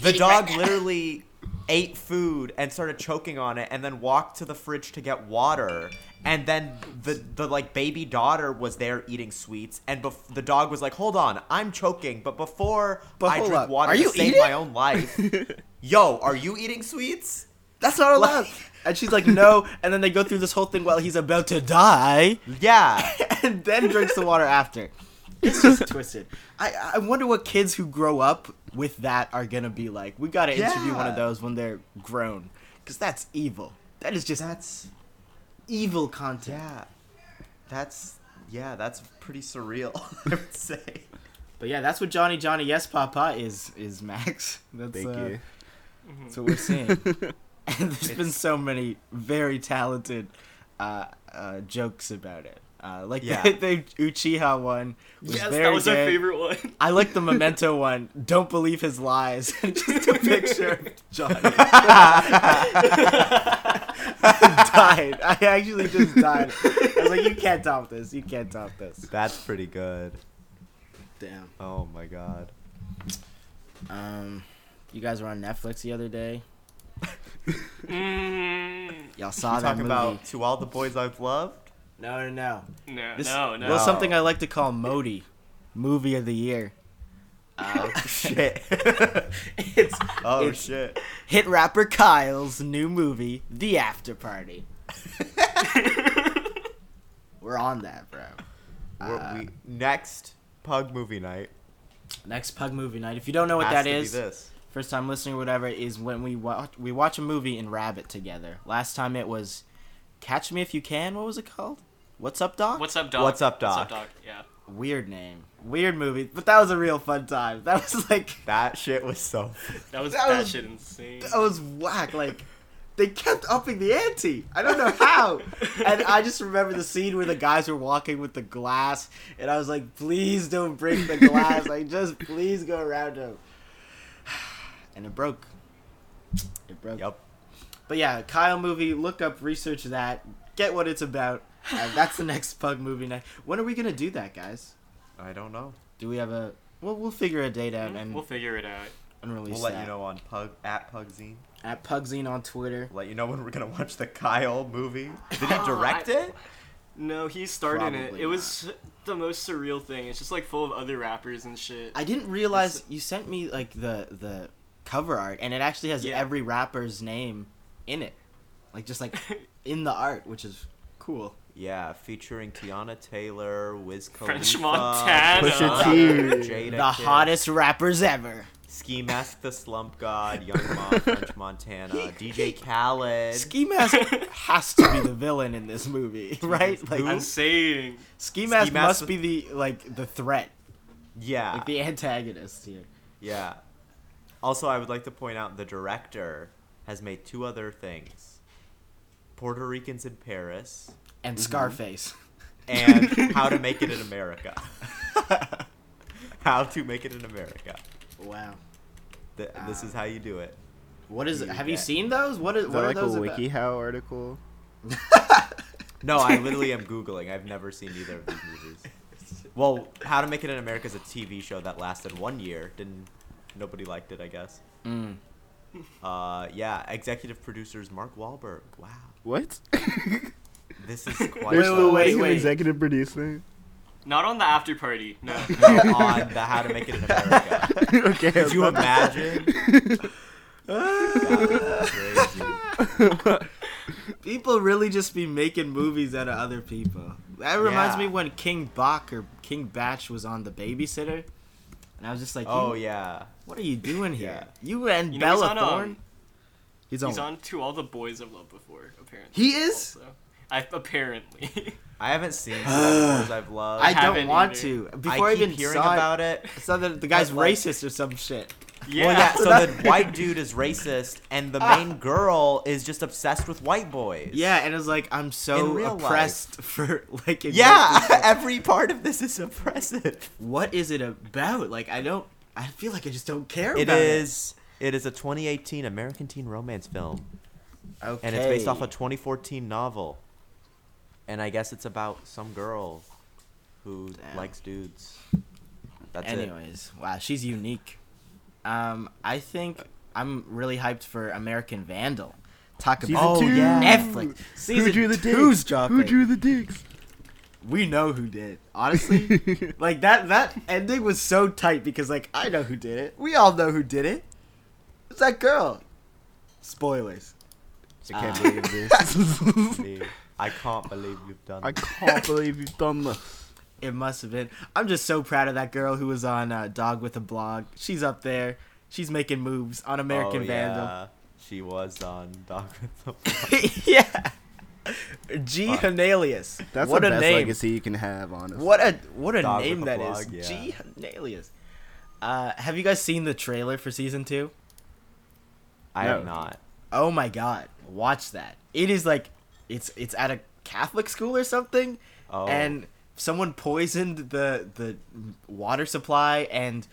S4: the dog literally ate food and started choking on it and then walked to the fridge to get water and then the the like baby daughter was there eating sweets and bef- the dog was like hold on i'm choking but before
S2: But
S4: i
S2: hold
S4: drink
S2: up,
S4: water
S2: are
S4: to
S2: you
S4: save
S2: eating?
S4: my own life yo are you eating sweets
S2: That's not
S4: Like-
S2: allowed. and she's like, no. And then they go through this whole thing while he's about to die,
S4: yeah
S2: and then drinks the water after. It's just twisted. I, I wonder what kids who grow up with that are gonna be like. We gotta interview one of
S4: Yeah.
S2: those when they're grown, because that's evil. That is just
S4: that's
S2: evil content.
S4: yeah that's yeah that's pretty surreal i would say
S2: But yeah, that's what Johnny Johnny Yes Papa is is Max. That's,
S3: Thank
S2: uh,
S3: you.
S2: That's what we're seeing. and there's been
S4: It's-
S2: so many very talented uh, uh, jokes about it. Uh, like
S4: Yeah.
S2: the, the Uchiha one was
S1: yes,
S2: very
S1: that was
S2: good.
S1: my favorite one.
S2: I like the Memento one. Don't believe his lies. Just a picture of Johnny died. I actually just died. I was like, you can't top this. You can't top this.
S4: that's pretty good
S2: Damn.
S4: oh my god
S2: Um, you guys were on Netflix the other day.
S1: Mm,
S2: Y'all saw
S4: you
S2: that
S4: talk
S2: movie.
S4: about to all the boys i've loved
S2: No, no, no.
S1: no,
S2: This-
S1: no, no.
S2: Well, something I like to call Modi, movie of the year. Uh,
S4: Oh shit.
S2: It's
S4: oh
S2: It's-
S4: shit.
S2: hit rapper Kyle's new movie, The After Party. We're on that, bro.
S4: We're-
S2: Uh,
S4: we, next pug movie night.
S2: Next pug movie night. If you don't know what
S4: has
S2: that
S4: to be
S2: is,
S4: this.
S2: first time listening or whatever, is when we watch we watch a movie and rabbit together. Last time it was Catch Me If You Can. What was it called? What's up, Doc?
S1: What's up, Doc?
S4: What's up, Doc?
S1: Yeah.
S2: Weird name. Weird movie, but that was a real fun time. That was like
S4: That shit was so.
S1: That was
S2: That
S1: that,
S2: was-
S1: shit insane.
S2: That was whack. Like they kept upping the ante. I don't know how. And I just remember the scene where the guys were walking with the glass, and I was like, "Please don't break the glass. Like just please go around him." And it broke. It broke.
S4: Yep.
S2: But yeah, Kyle movie. Look up, research that, get what it's about. Uh, that's the next pug movie night. When are we gonna do that, guys?
S4: I don't know.
S2: Do we have a? Well, we'll figure a date out and,
S1: Hmm? we'll figure it out.
S2: and release
S4: We'll let
S2: that.
S4: you know on pug at pugzine.
S2: at Pugzine on Twitter.
S4: Let you know when we're gonna watch the Kyle movie. Did he
S1: Oh,
S4: direct
S1: I-
S4: it?
S1: No, he started it.
S2: Probably
S1: It was the most surreal thing. It's just like full of other rappers and shit.
S2: I didn't realize you sent me like the the cover art, and it actually has
S1: Yeah.
S2: every rapper's name in it, like just like in the art, which is cool.
S4: Yeah, featuring Tiana Taylor, Wiz Khalifa,
S1: French Montana.
S3: Pusha T.
S4: Jada
S2: the
S4: Kiss,
S2: hottest rappers ever.
S4: Ski Mask, the Slump God, Young Mom, French Montana, DJ Khaled.
S2: Ski Mask has to be the villain in this movie, right? Like
S1: I'm saying.
S2: Ski Mask
S4: Mask Ah.
S2: must
S4: was-
S2: be the like the threat,
S4: yeah.
S2: like the antagonist here.
S4: Yeah. Also, I would like to point out the director has made two other things Puerto Ricans in Paris
S2: And Scarface.
S4: and How to Make It in America. how to Make It in America.
S2: Wow.
S4: Th- this is how you do it.
S2: What is?
S4: You
S2: Have you
S4: bet.
S2: seen those? What is?
S3: Is
S2: What
S3: that
S2: are
S3: like a
S2: those about?
S3: WikiHow article?
S4: No, I literally am Googling. I've never seen either of these movies. Well, How to Make It in America is a TV show that lasted one year. Didn't nobody liked it, I guess.
S2: Mm.
S4: Uh, yeah, executive producers Mark Wahlberg. Wow,
S3: What?
S4: this is quite.
S3: There's
S2: Wait,
S3: no way
S2: wait, wait,
S3: an
S2: wait.
S3: executive producer.
S1: Not on the after party. No.
S4: on the How to Make It in America.
S3: okay.
S4: Could you
S3: I'm-
S4: imagine? That's crazy.
S2: Ah. People really just be making movies out of other people. That reminds
S4: Yeah.
S2: me when King Bach or King Batch was on The Babysitter, and I was just like,
S4: Oh
S2: "You-
S4: yeah.
S2: what are you doing here?
S4: Yeah.
S2: You and
S1: You know, he's
S2: Bella
S1: on, um,
S2: Thorne? he's on.
S1: He's on to all the boys I've loved before. Apparently.
S2: He is?
S1: also. I apparently.
S4: I haven't seen Stars I've loved.
S2: I don't
S1: haven't
S2: want
S1: either.
S2: to.
S4: I
S2: Before I,
S4: keep
S2: even
S4: hearing
S2: saw
S4: about it.
S2: it, saw that the guy's
S4: but, like-
S2: racist or some shit.
S1: yeah.
S4: Well, yeah. So
S2: That-
S4: the white dude is racist, and the main girl is just obsessed with white boys.
S2: Yeah, and it's like I'm
S4: In
S2: so
S4: real life.
S2: oppressed for like. it makes me
S4: Yeah.
S2: so-
S4: Every part of this is oppressive.
S2: what is it about? Like I don't. I feel like I just don't care
S4: It
S2: about
S4: is. It is a 2018 American teen romance film.
S2: it. Okay.
S4: and it's based off a 2014 novel. And I guess it's about some girl who
S2: Damn.
S4: likes dudes. That's it.
S2: Anyways, wow, she's unique. Um, I think I'm really hyped for American Vandal. Talk
S3: Season
S2: about
S3: two.
S2: Netflix. Season
S3: Who drew the dicks?
S2: two's dropping.
S3: Who drew the dicks?
S2: we know who did. Honestly, like that that ending was so tight because like I know who did it. We all know who did it. It's that girl. Spoilers.
S4: I can't
S2: Uh,
S4: believe this. dude. I can't believe you've done.
S3: I
S4: this.
S3: can't believe you've done this.
S2: It must have been. I'm just so proud of that girl who was on uh, Dog with a Blog. She's up there. She's making moves on American
S4: oh,
S2: Vandal.
S4: Yeah. She was on Dog with the
S2: yeah. G.
S4: Fuck.
S2: Hanalius.
S3: That's
S2: what
S3: the
S2: a
S3: best
S2: name.
S3: legacy you can have, honestly.
S2: What a what a
S4: Dog with
S2: name
S4: a
S2: that
S4: blog,
S2: is.
S4: yeah.
S2: G. Hanalius. Uh, have you guys seen the trailer for season two?
S4: I
S3: No.
S4: am not.
S2: Oh my god, watch that. It is like it's it's at a Catholic school or something
S4: Oh.
S2: and someone poisoned the the water supply and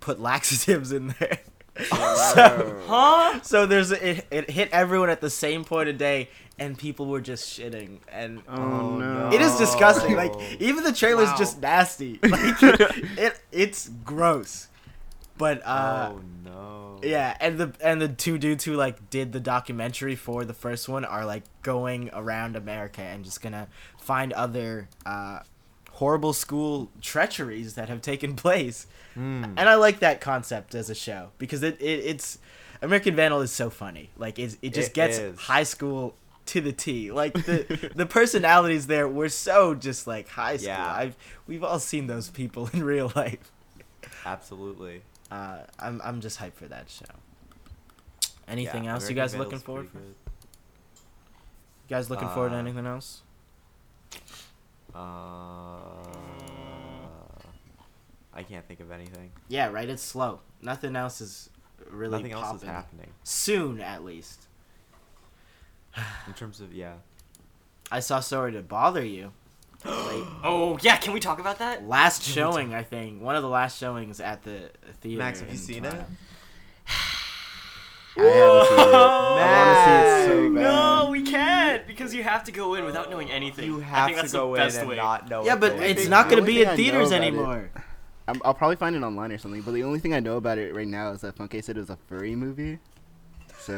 S2: put laxatives in there. so,
S1: Huh?
S2: so there's it, it hit everyone at the same point of day and people were just shitting and
S3: Oh, no.
S2: it is disgusting.
S4: Oh.
S2: Like even the trailer's
S1: Wow.
S2: just nasty. Like it it's gross. But uh
S4: oh no.
S2: yeah, and the and the two dudes who like did the documentary for the first one are like going around America and just gonna find other uh, horrible school treacheries that have taken place.
S4: Mm.
S2: And I like that concept as a show because it, it it's American Vandal is so funny. Like it it just
S4: It
S2: gets
S4: is.
S2: high school to the T. Like the the personalities there were so just like high school.
S4: Yeah.
S2: I've we've all seen those people in real life
S4: Absolutely.
S2: uh, I'm I'm just hyped for that show. Anything
S4: Yeah,
S2: else you
S4: American
S2: guys
S4: Vandal's
S2: looking forward? For?
S4: pretty
S2: You guys looking forward to
S4: Uh,
S2: anything else?
S4: good. Uh, I can't think of anything.
S2: Yeah, right. It's slow. Nothing else is really
S4: Nothing
S2: popping.
S4: else is happening
S2: Soon, at least.
S4: in terms of yeah.
S2: I saw Sorry to Bother You.
S1: Oh yeah, can we talk about that?
S2: Last showing, I think. One of the last showings at the theater.
S4: Max, have you
S2: in
S4: seen
S2: Toronto.
S4: it?
S3: I haven't seen it. I want to see it so bad.
S1: No, we can't because you have to go in without knowing anything.
S4: You
S1: I
S4: have
S1: think
S4: to
S1: that's
S4: go
S1: the
S4: in
S1: best
S4: and
S1: way.
S4: not know.
S2: Yeah,
S4: what's
S2: but
S4: going
S2: it's
S4: on.
S2: not going to
S3: only
S2: be
S3: thing
S2: in
S3: I know
S2: theaters
S3: about it-
S2: anymore.
S3: I'm, I'll probably find it online or something, but the only thing I know about it right now is that Funke said it was a furry movie. So,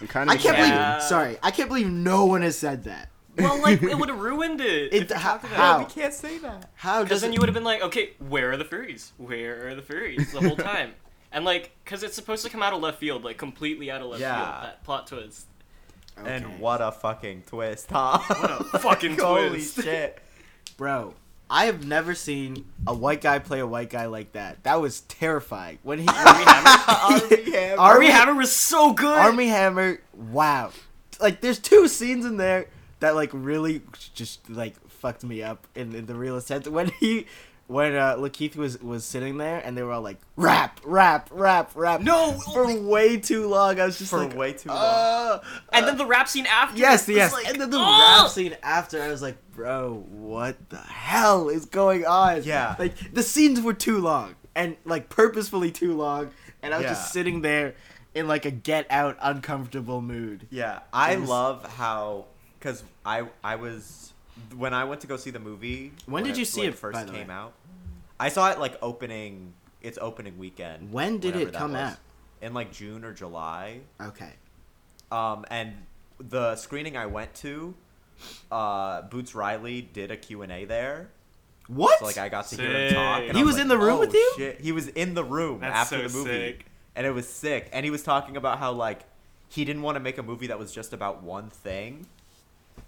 S3: I'm kind of
S2: I can't
S1: Yeah.
S2: believe. Sorry, I can't believe no one has said that.
S1: Well, like it would have ruined it.
S2: It-
S1: if we
S2: ho-
S1: talked about
S2: how?
S1: it.
S4: We can't say that.
S2: How
S1: Because
S2: does
S1: then
S2: it?
S1: you would have been like, okay, where are the furries? Where are the furries the whole time? and like, because it's supposed to come out of left field, like completely out of left
S4: Yeah.
S1: field. That plot twist.
S2: Okay.
S4: And what a fucking twist, huh?
S1: What a fucking
S4: Holy
S1: twist.
S4: shit.
S2: Bro, I have never seen a white guy play a white guy like that. That was terrifying. When he
S1: Army Hammer.
S4: Army Hammer.
S2: Army-
S1: Army Hammer was so good.
S2: Army Hammer, wow. Like there's two scenes in there that like really just like fucked me up in, in the realest sense. When he when uh Lakeith was was sitting there and they were all like rap, rap, rap, rap.
S1: No,
S2: for way too long. I was just
S4: For
S2: like
S4: way too
S2: "Uh,
S1: and then the rap scene after.
S2: Yes,
S1: was
S2: yes.
S1: like,
S2: and then the
S1: oh!
S2: rap scene after, I was like, bro, what the hell is going on?
S4: Yeah.
S2: Like, the scenes were too long and, like, purposefully too long. And I was
S4: Yeah.
S2: just sitting there in, like, a get out, uncomfortable mood.
S4: Yeah, I
S2: It was-
S4: love how because I I was when I went to go see the movie.
S2: When did
S4: it-
S2: you see
S4: when
S2: it,
S4: First
S2: by the
S4: came
S2: way?
S4: out. I saw it like opening. It's opening weekend.
S2: When did
S4: whenever
S2: it
S4: that
S2: come
S4: was.
S2: out?
S4: In like June or July.
S2: Okay.
S4: Um, and the screening I went to, uh, Boots Riley did a Q and A there.
S2: What?
S4: So like I got to hear him talk.
S1: Sick.
S4: and
S2: He
S4: I
S2: was
S4: like,
S2: in the room
S4: "Oh,
S2: with you?"
S4: Shit. He was in the room
S1: That's so
S4: after the movie,
S1: sick.
S4: and it was sick. And he was talking about how like he didn't want to make a movie that was just about one thing.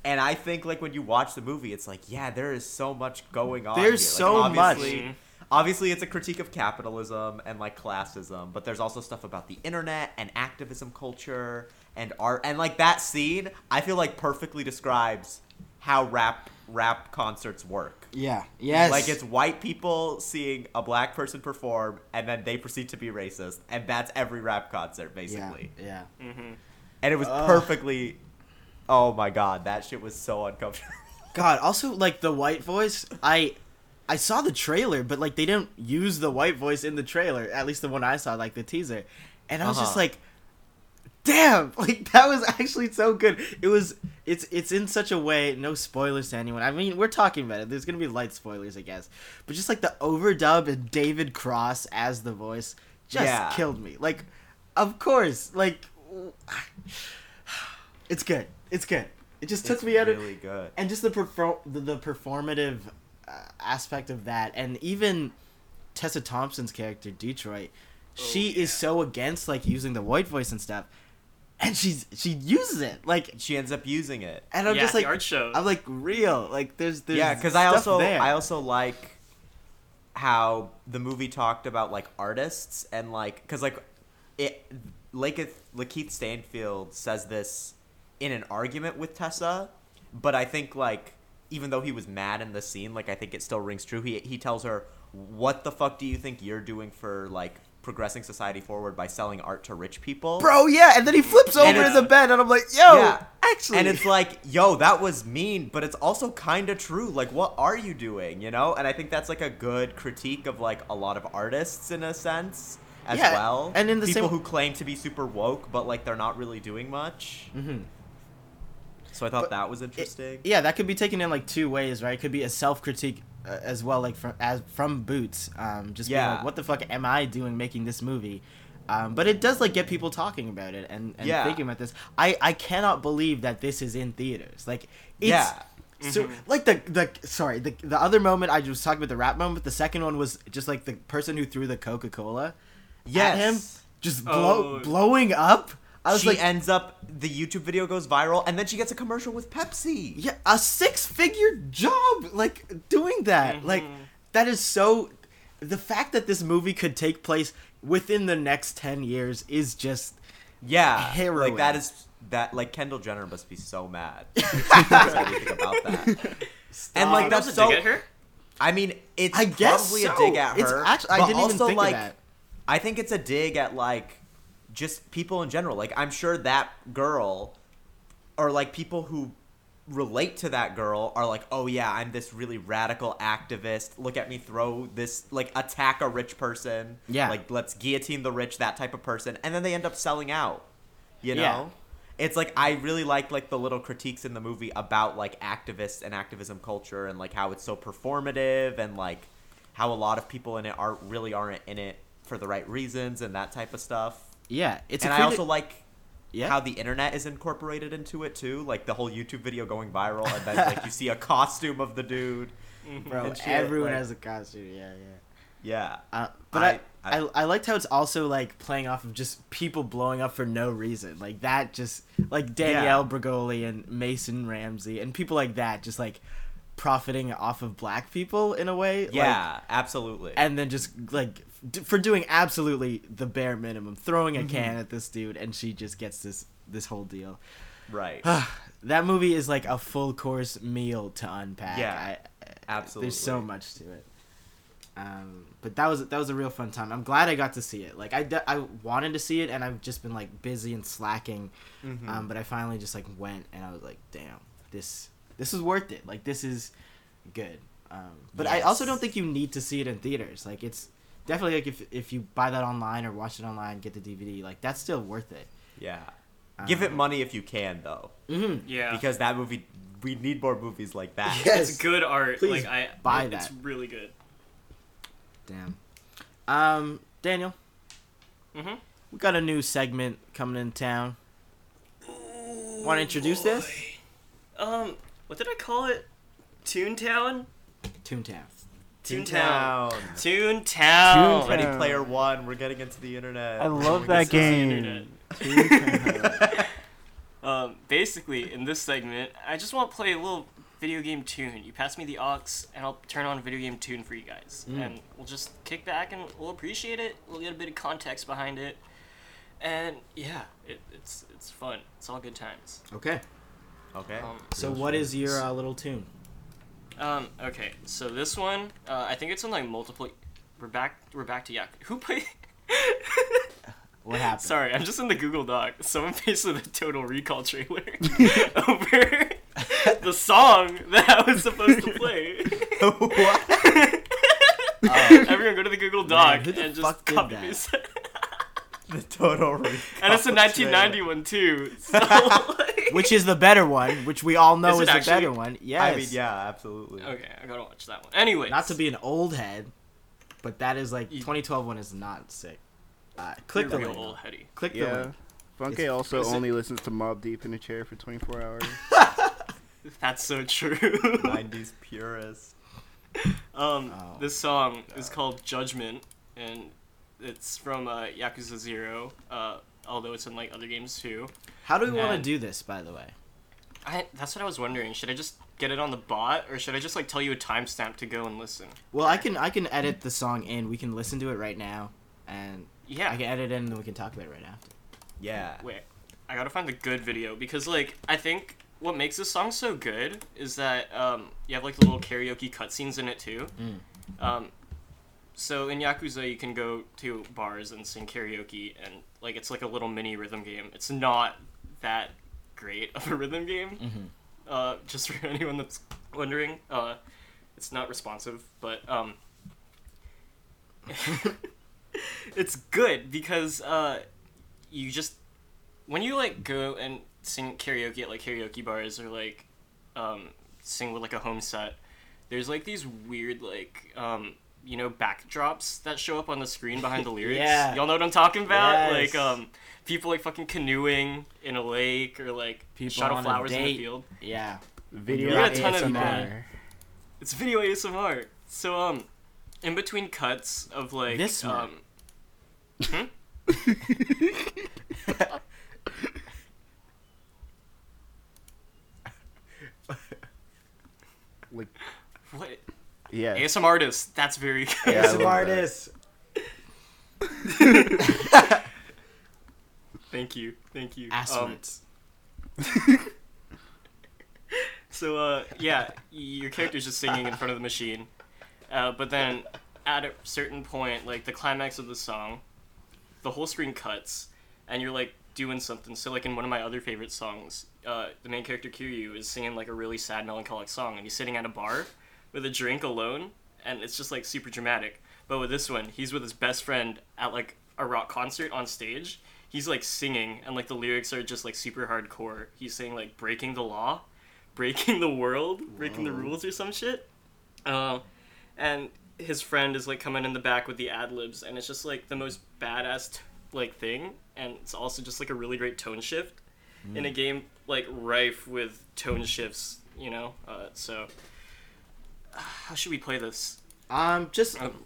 S4: And I think like when you watch the movie, it's like yeah, there is so much going on.
S2: There's
S4: here. Like,
S2: so much.
S4: obviously- Obviously, it's a critique of capitalism and like classism, but there's also stuff about the internet and activism culture and art and like that scene. I feel like perfectly describes how rap rap concerts work.
S2: Yeah. Yes.
S4: Like it's white people seeing a black person perform, and then they proceed to be racist, and that's every rap concert basically.
S2: Yeah.
S1: Mm-hmm.
S4: And it was
S2: Ugh.
S4: perfectly. Oh my god, that shit was so uncomfortable.
S2: God, also like the white voice, I I saw the trailer, but like they didn't use the white voice in the trailer, at least the one I saw, like the teaser. And I was just
S4: Uh-huh.
S2: like Damn, like that was actually so good. It was it's it's in such a way, no spoilers to anyone. I mean, we're talking about it. There's gonna be light spoilers, I guess. But just like the overdub and David Cross as the voice just
S4: Yeah.
S2: killed me. Like Of course, like it's good. It's good. It just took
S4: It's
S2: me out of
S4: really good.
S2: and just the perfor- the, the performative uh, aspect of that and even tessa thompson's character detroit
S1: Oh,
S2: she is so against like using the white voice and stuff and she's she uses it like
S4: She ends up using it.
S2: and i'm
S1: yeah,
S2: just
S1: the
S2: like
S1: art show.
S2: i'm like real like there's there's
S4: yeah, because I
S2: stuff
S4: also
S2: there.
S4: I also like how the movie talked about like artists and like because like it Lakeith Lakeith Stanfield says this in an argument with Tessa, but I think like even though he was mad in the scene, like I think it still rings true. He he tells her, "What the fuck do you think you're doing for like progressing society forward by selling art to rich people?"
S2: bro yeah and then he flips
S4: And
S2: over in
S4: it's-
S2: the bed and i'm like yo
S4: Yeah.
S2: actually
S4: And it's like, yo, that was mean, but it's also kind of true. Like, what are you doing? You know? And I think that's like a good critique of like a lot of artists in a sense as
S2: Yeah,
S4: well.
S2: and in the
S4: people
S2: same-
S4: who claim to be super woke, but like they're not really doing much.
S2: Mhm.
S4: So I thought
S2: But
S4: that was
S2: It-
S4: interesting.
S2: yeah, that could be taken in like two ways, right? It could be a self critique uh, as well, like from as from Boots, um, just being
S4: Yeah.
S2: like, what the fuck am I doing making this movie? Um, but it does like get people talking about it and, and
S4: Yeah.
S2: thinking about this. I I cannot believe that this is in theaters. Like it's.
S4: Yeah. Mm-hmm.
S2: So like the the sorry the the other moment I was talking about the rap moment the second one was just like the person who threw the Coca Cola at him
S4: Yes.
S2: just blow
S1: Oh.
S2: blowing up I was
S4: she
S2: like
S4: ends up, the YouTube video goes viral, and then she gets a commercial with Pepsi.
S2: yeah a six figure job like doing that like
S1: Mhm.
S2: that is so the fact that this movie could take place within the next 10 years is just
S4: Yeah,
S2: Heroin.
S4: Like that is that like Kendall Jenner must be so mad. She knows everything about that. And like
S1: Uh, That
S4: that's
S1: was a
S4: so.
S1: dig at her?
S4: I mean, it's
S2: I guess
S4: probably
S2: so.
S4: a dig at her.
S2: It's actu- I
S4: but
S2: didn't even
S4: also,
S2: think of
S4: like,
S2: that.
S4: I think it's a dig at like just people in general. Like I'm sure that girl or like people who relate to that girl are like, "Oh yeah, I'm this really radical activist. Look at me throw this like attack a rich person.
S2: Yeah.
S4: Like let's guillotine the rich, that type of person." And then they end up selling out. You know?
S2: Yeah.
S4: It's like I really like like the little critiques in the movie about like activists and activism culture and like how it's so performative and like how a lot of people in it aren't really aren't in it for the right reasons and that type of stuff.
S2: yeah it's
S4: and
S2: a
S4: I
S2: criti-
S4: also like
S2: yeah
S4: how the internet is incorporated into it too, like the whole YouTube video going viral, and then like you see a costume of the dude.
S2: bro
S4: and shit,
S2: everyone
S4: like-
S2: has a costume yeah yeah
S4: Yeah,
S2: Uh, but I I,
S4: I-
S2: I liked how it's also like playing off of just people blowing up for no reason. Like that just like Danielle Brigoli and Mason Ramsey and people like that just like profiting off of black people in a way. like,
S4: yeah, absolutely.
S2: and then just like d- for doing absolutely the bare minimum, throwing a can at this dude and she just gets this this whole deal.
S4: right,
S2: that movie is like a full course meal to unpack.
S4: Yeah,
S2: I-
S4: absolutely.
S2: there's so much to it. Um, but that was that was a real fun time. I'm glad I got to see it. Like I, de- I wanted to see it, and I've just been like busy and slacking.
S4: Mm-hmm.
S2: Um, but I finally just like went, and I was like, damn, this this is worth it. Like this is good. Um, but I also
S4: Yes.
S2: don't think you need to see it in theaters. Like it's definitely like if if you buy that online or watch it online, get the DVD. Like that's still worth it.
S4: Yeah, give it
S2: Um,
S4: money if you can though,
S2: Mm-hmm.
S1: Yeah.
S4: because that movie we need more movies like that.
S1: it's good art.
S2: Please
S1: like I
S2: buy
S1: it- It's
S2: that.
S1: really good.
S2: Damn. Um, Daniel,
S4: Mm-hmm.
S1: hmm
S2: we got a new segment coming in town. Want to introduce this?
S1: Um, what did I call it? Toontown.
S2: Toontown.
S1: Toontown.
S4: Toontown.
S1: Toontown.
S3: Toontown.
S4: Ready
S3: Town.
S4: Player One. We're getting into the internet.
S3: I love
S1: This
S3: that
S1: is the internet.
S3: game. Toontown.
S1: Um, basically, in this segment, I just want to play a little video game tune. You pass me the aux, and I'll turn on a video game tune for you guys, and we'll just kick back and we'll appreciate it. We'll get a bit of context behind it, and yeah, it, it's it's fun. It's all good times.
S2: Okay.
S4: Okay.
S1: Um,
S2: So what is your uh, little tune?
S1: um, okay, so this one, uh, I think it's on like multiple. We're back. We're back to Yakuza. Who played?
S2: What happened?
S1: Sorry, I'm just in the Google Doc. Someone pasted the Total Recall trailer over the song that I was supposed to play. Um,
S4: what?
S1: Everyone go to the Google
S2: Man,
S1: Doc
S2: who the
S1: and
S2: fuck
S1: just
S2: did
S1: copy
S2: that?
S1: paste.
S4: The total. Recall
S1: and it's a
S4: trailer.
S1: 1991 too. So like...
S2: Which is the better one? Which we all know
S1: Is it
S2: is, the
S1: actually-
S2: better one. Yes.
S4: I mean, yeah, absolutely.
S1: Okay, I gotta watch that one. Anyway,
S2: Not to be an old head, but that is like
S1: You-
S2: 2012 one is not sick. Uh, click the
S1: You're real
S2: link.
S1: old heady.
S2: Click the
S3: Yeah.
S2: link.
S3: Funke
S2: It's-
S3: also
S1: is it-
S3: only listens to Mob Deep in a chair for 24 hours.
S1: That's so true.
S4: 90s purist.
S1: um,
S2: Oh.
S1: this song is called Judgment, and it's from uh, Yakuza Zero. Uh, although it's in like other games too.
S2: How do we want to
S1: And-
S2: do this, by the way?
S1: I that's what I was wondering. Should I just get it on the bot, or should I just like tell you a timestamp to go and listen?
S2: Well, I can I can edit the song in. We can listen to it right now, and
S1: Yeah.
S2: I can edit it in, and then we can talk about it right after.
S4: Yeah.
S1: Wait, I gotta find the good video because like I think what makes this song so good is that um, you have like the little karaoke cutscenes in it too. Um, so in Yakuza, you can go to bars and sing karaoke, and like it's like a little mini rhythm game. It's not that great of a rhythm game. Uh, just for anyone that's wondering, uh, it's not responsive, but um, it's good because uh, you just when you like go and sing karaoke at like karaoke bars or like um, sing with like a home set there's like these weird like um, you know backdrops that show up on the screen behind the lyrics
S2: Yeah.
S1: y'all know what i'm talking about
S2: Yes.
S1: like um, people like fucking canoeing in a lake or like
S2: People
S1: shuttle
S2: on a
S1: flowers in the
S2: date.
S1: field
S2: Yeah.
S3: Video
S1: Yeah, it's kind of
S3: ASMR.
S1: it's video asmr so um in between cuts of like
S2: This man.
S1: um
S3: Like,
S1: what
S3: yeah.
S1: asm artist that's very good
S3: Yeah, I love that.
S1: Thank you, thank you. Um,
S2: Assonance.
S1: so uh, yeah, your character's just singing in front of the machine, uh, but then at a certain point, like the climax of the song, the whole screen cuts, and you're like doing something. So like in one of my other favorite songs, uh, the main character Kiryu is singing like a really sad, melancholic song, and he's sitting at a bar with a drink alone, and it's just like super dramatic. But with this one, he's with his best friend at like a rock concert on stage. He's like singing, and like the lyrics are just like super hardcore. He's saying like breaking the law, breaking the world, breaking the rules or some shit. Uh, and his friend is like coming in the back with the ad libs, and it's just like the most badass t- like thing, and it's also just like a really great tone shift in a game like rife with tone shifts, you know. Uh, so how should we play this?
S2: um, just
S1: Um,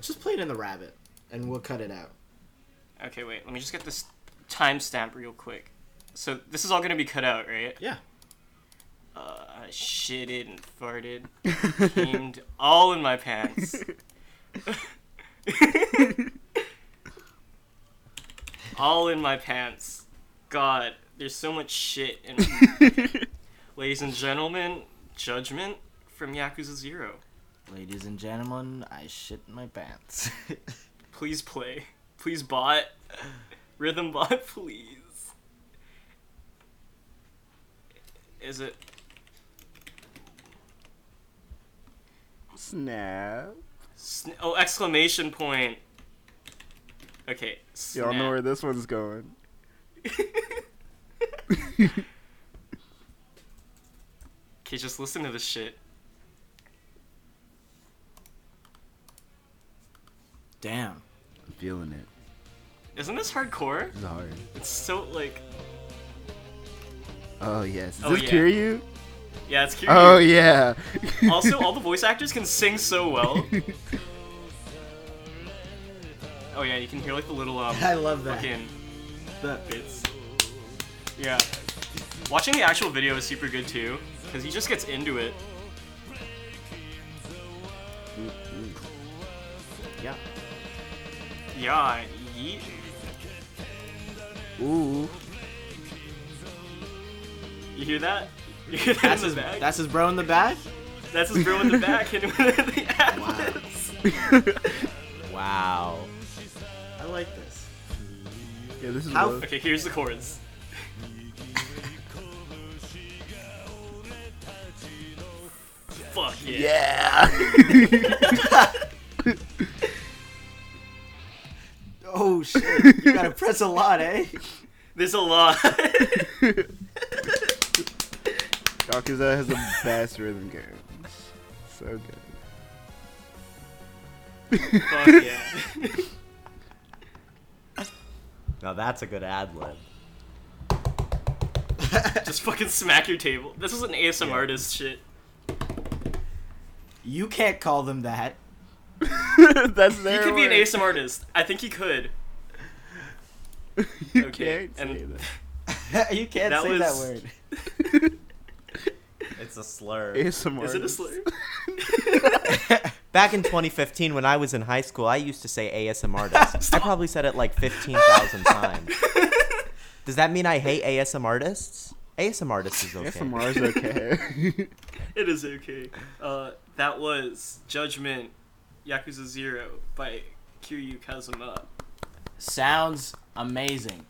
S2: just play it in the rabbit, and we'll cut it out.
S1: Okay, wait. Let me just get this timestamp real quick. So this is all gonna be cut out, right?
S2: Yeah.
S1: Uh, I shitted and farted, peamed all in my pants. all in my pants. God, there's so much shit in. Ladies and gentlemen, judgment from Yakuza Zero.
S2: Ladies and gentlemen, I shit my pants.
S1: Please play. Please bot. Rhythm bot, please. Is it
S3: Snap.
S1: sn- Oh, exclamation point. Okay.
S3: Y'all know
S1: snap.
S3: where this one's going.
S1: Okay, just listen to this shit.
S2: Damn.
S3: Feeling it.
S1: Isn't this hardcore?
S3: It's hard.
S1: It's so like
S3: Oh yes. Is
S1: Oh,
S3: this
S1: yeah.
S3: Kiryu?
S1: yeah, it's curious.
S3: Oh yeah.
S1: also, all the voice actors can sing so well. oh yeah, you can hear like the little um
S2: I love that.
S1: fucking
S2: The-
S1: bits. Yeah. Watching the actual video is super good too, because he just gets into it.
S2: yeah.
S1: Yeah. Yeet.
S3: Ooh.
S1: You hear that? You hear that
S2: That's
S1: in
S2: his.
S1: the back?
S2: That's his bro in the back.
S1: That's his girl in the back hitting him with the atlas.
S4: Wow.
S2: I like this.
S3: Yeah, this is
S2: How-
S3: rough.
S1: Okay, here's the chords. Fuck yeah.
S2: Oh shit! you gotta press a lot, eh?
S1: There's a lot.
S3: Yakuza has the best rhythm games. So good.
S1: Fuck yeah.
S4: Now that's a good ad lib.
S1: Just fucking smack your table. This is an ASM
S4: Yeah.
S1: artist shit.
S2: you can't call them that.
S3: That's their
S1: he could be an
S3: word.
S1: ASM artist. I think he could.
S3: You
S1: Okay,
S3: can't
S1: and-
S3: say that.
S2: you can't
S1: That
S2: say
S1: was-
S2: that word.
S4: It's a slur.
S3: ASMR.
S1: Is it a slur?
S4: Back in 2015, when I was in high school, I used to say ASM artists. I probably said it like 15,000 times. Does that mean I hate ASM artists? ASM artists is okay.
S3: ASMR is okay.
S1: It is okay. Uh, that was Judgment Yakuza Zero by Kiryu Kazuma.
S2: Sounds amazing.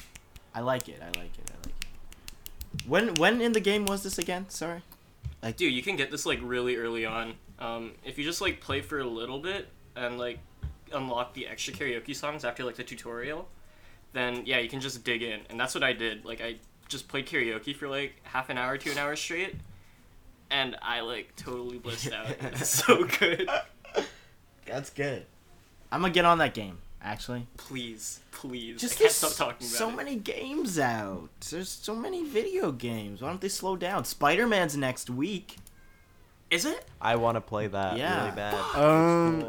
S2: I like it. I like it. I like it. When when in the game was this again? Sorry.
S1: Dude, you can get this like really early on. Um, if you just like play for a little bit and like unlock the extra karaoke songs after like the tutorial, then yeah, you can just dig in. And that's what I did. Like I just played karaoke for like half an hour to an hour straight, and I like totally blissed out. It was so good.
S2: That's good. I'm gonna get on that game. Actually,
S1: Please, please,
S2: just
S1: I can't
S2: there's
S1: stop talking about
S2: so
S1: it.
S2: many games out. There's so many video games. Why don't they slow down? Spider Man's next week.
S1: Is it?
S4: I want to play that
S2: Yeah. Uh,
S4: really bad.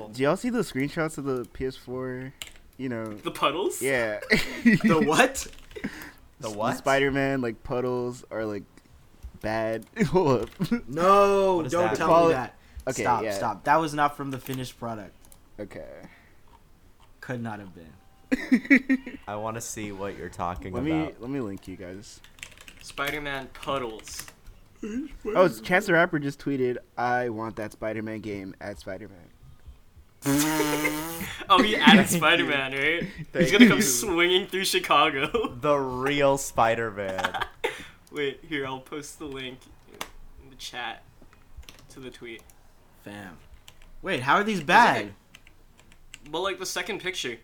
S3: um, do y'all see the screenshots of the PS4? You know,
S1: The puddles?
S3: yeah.
S2: The what?
S4: The what?
S3: Spider-Man like puddles are like bad. Hold up.
S2: No,
S4: What is
S2: don't
S4: that?
S2: tell
S3: Call
S2: me
S3: it-
S2: that.
S3: Okay,
S2: stop,
S3: yeah.
S2: stop. That was not from the finished product.
S3: Okay.
S2: Could not have been.
S4: I want to see what you're talking
S3: let me
S4: about.
S3: let me link you guys.
S1: Spider-Man puddles.
S3: Oh, it's Chance the Rapper just tweeted, "I want that Spider-Man game at Spider-Man."
S1: Oh, he added Spider-Man, right? He's gonna come swinging through Chicago.
S4: The real Spider Man.
S1: Wait, here I'll post the link in the chat to the tweet.
S2: Fam. Wait, how are these bad?
S1: it- But like the second picture,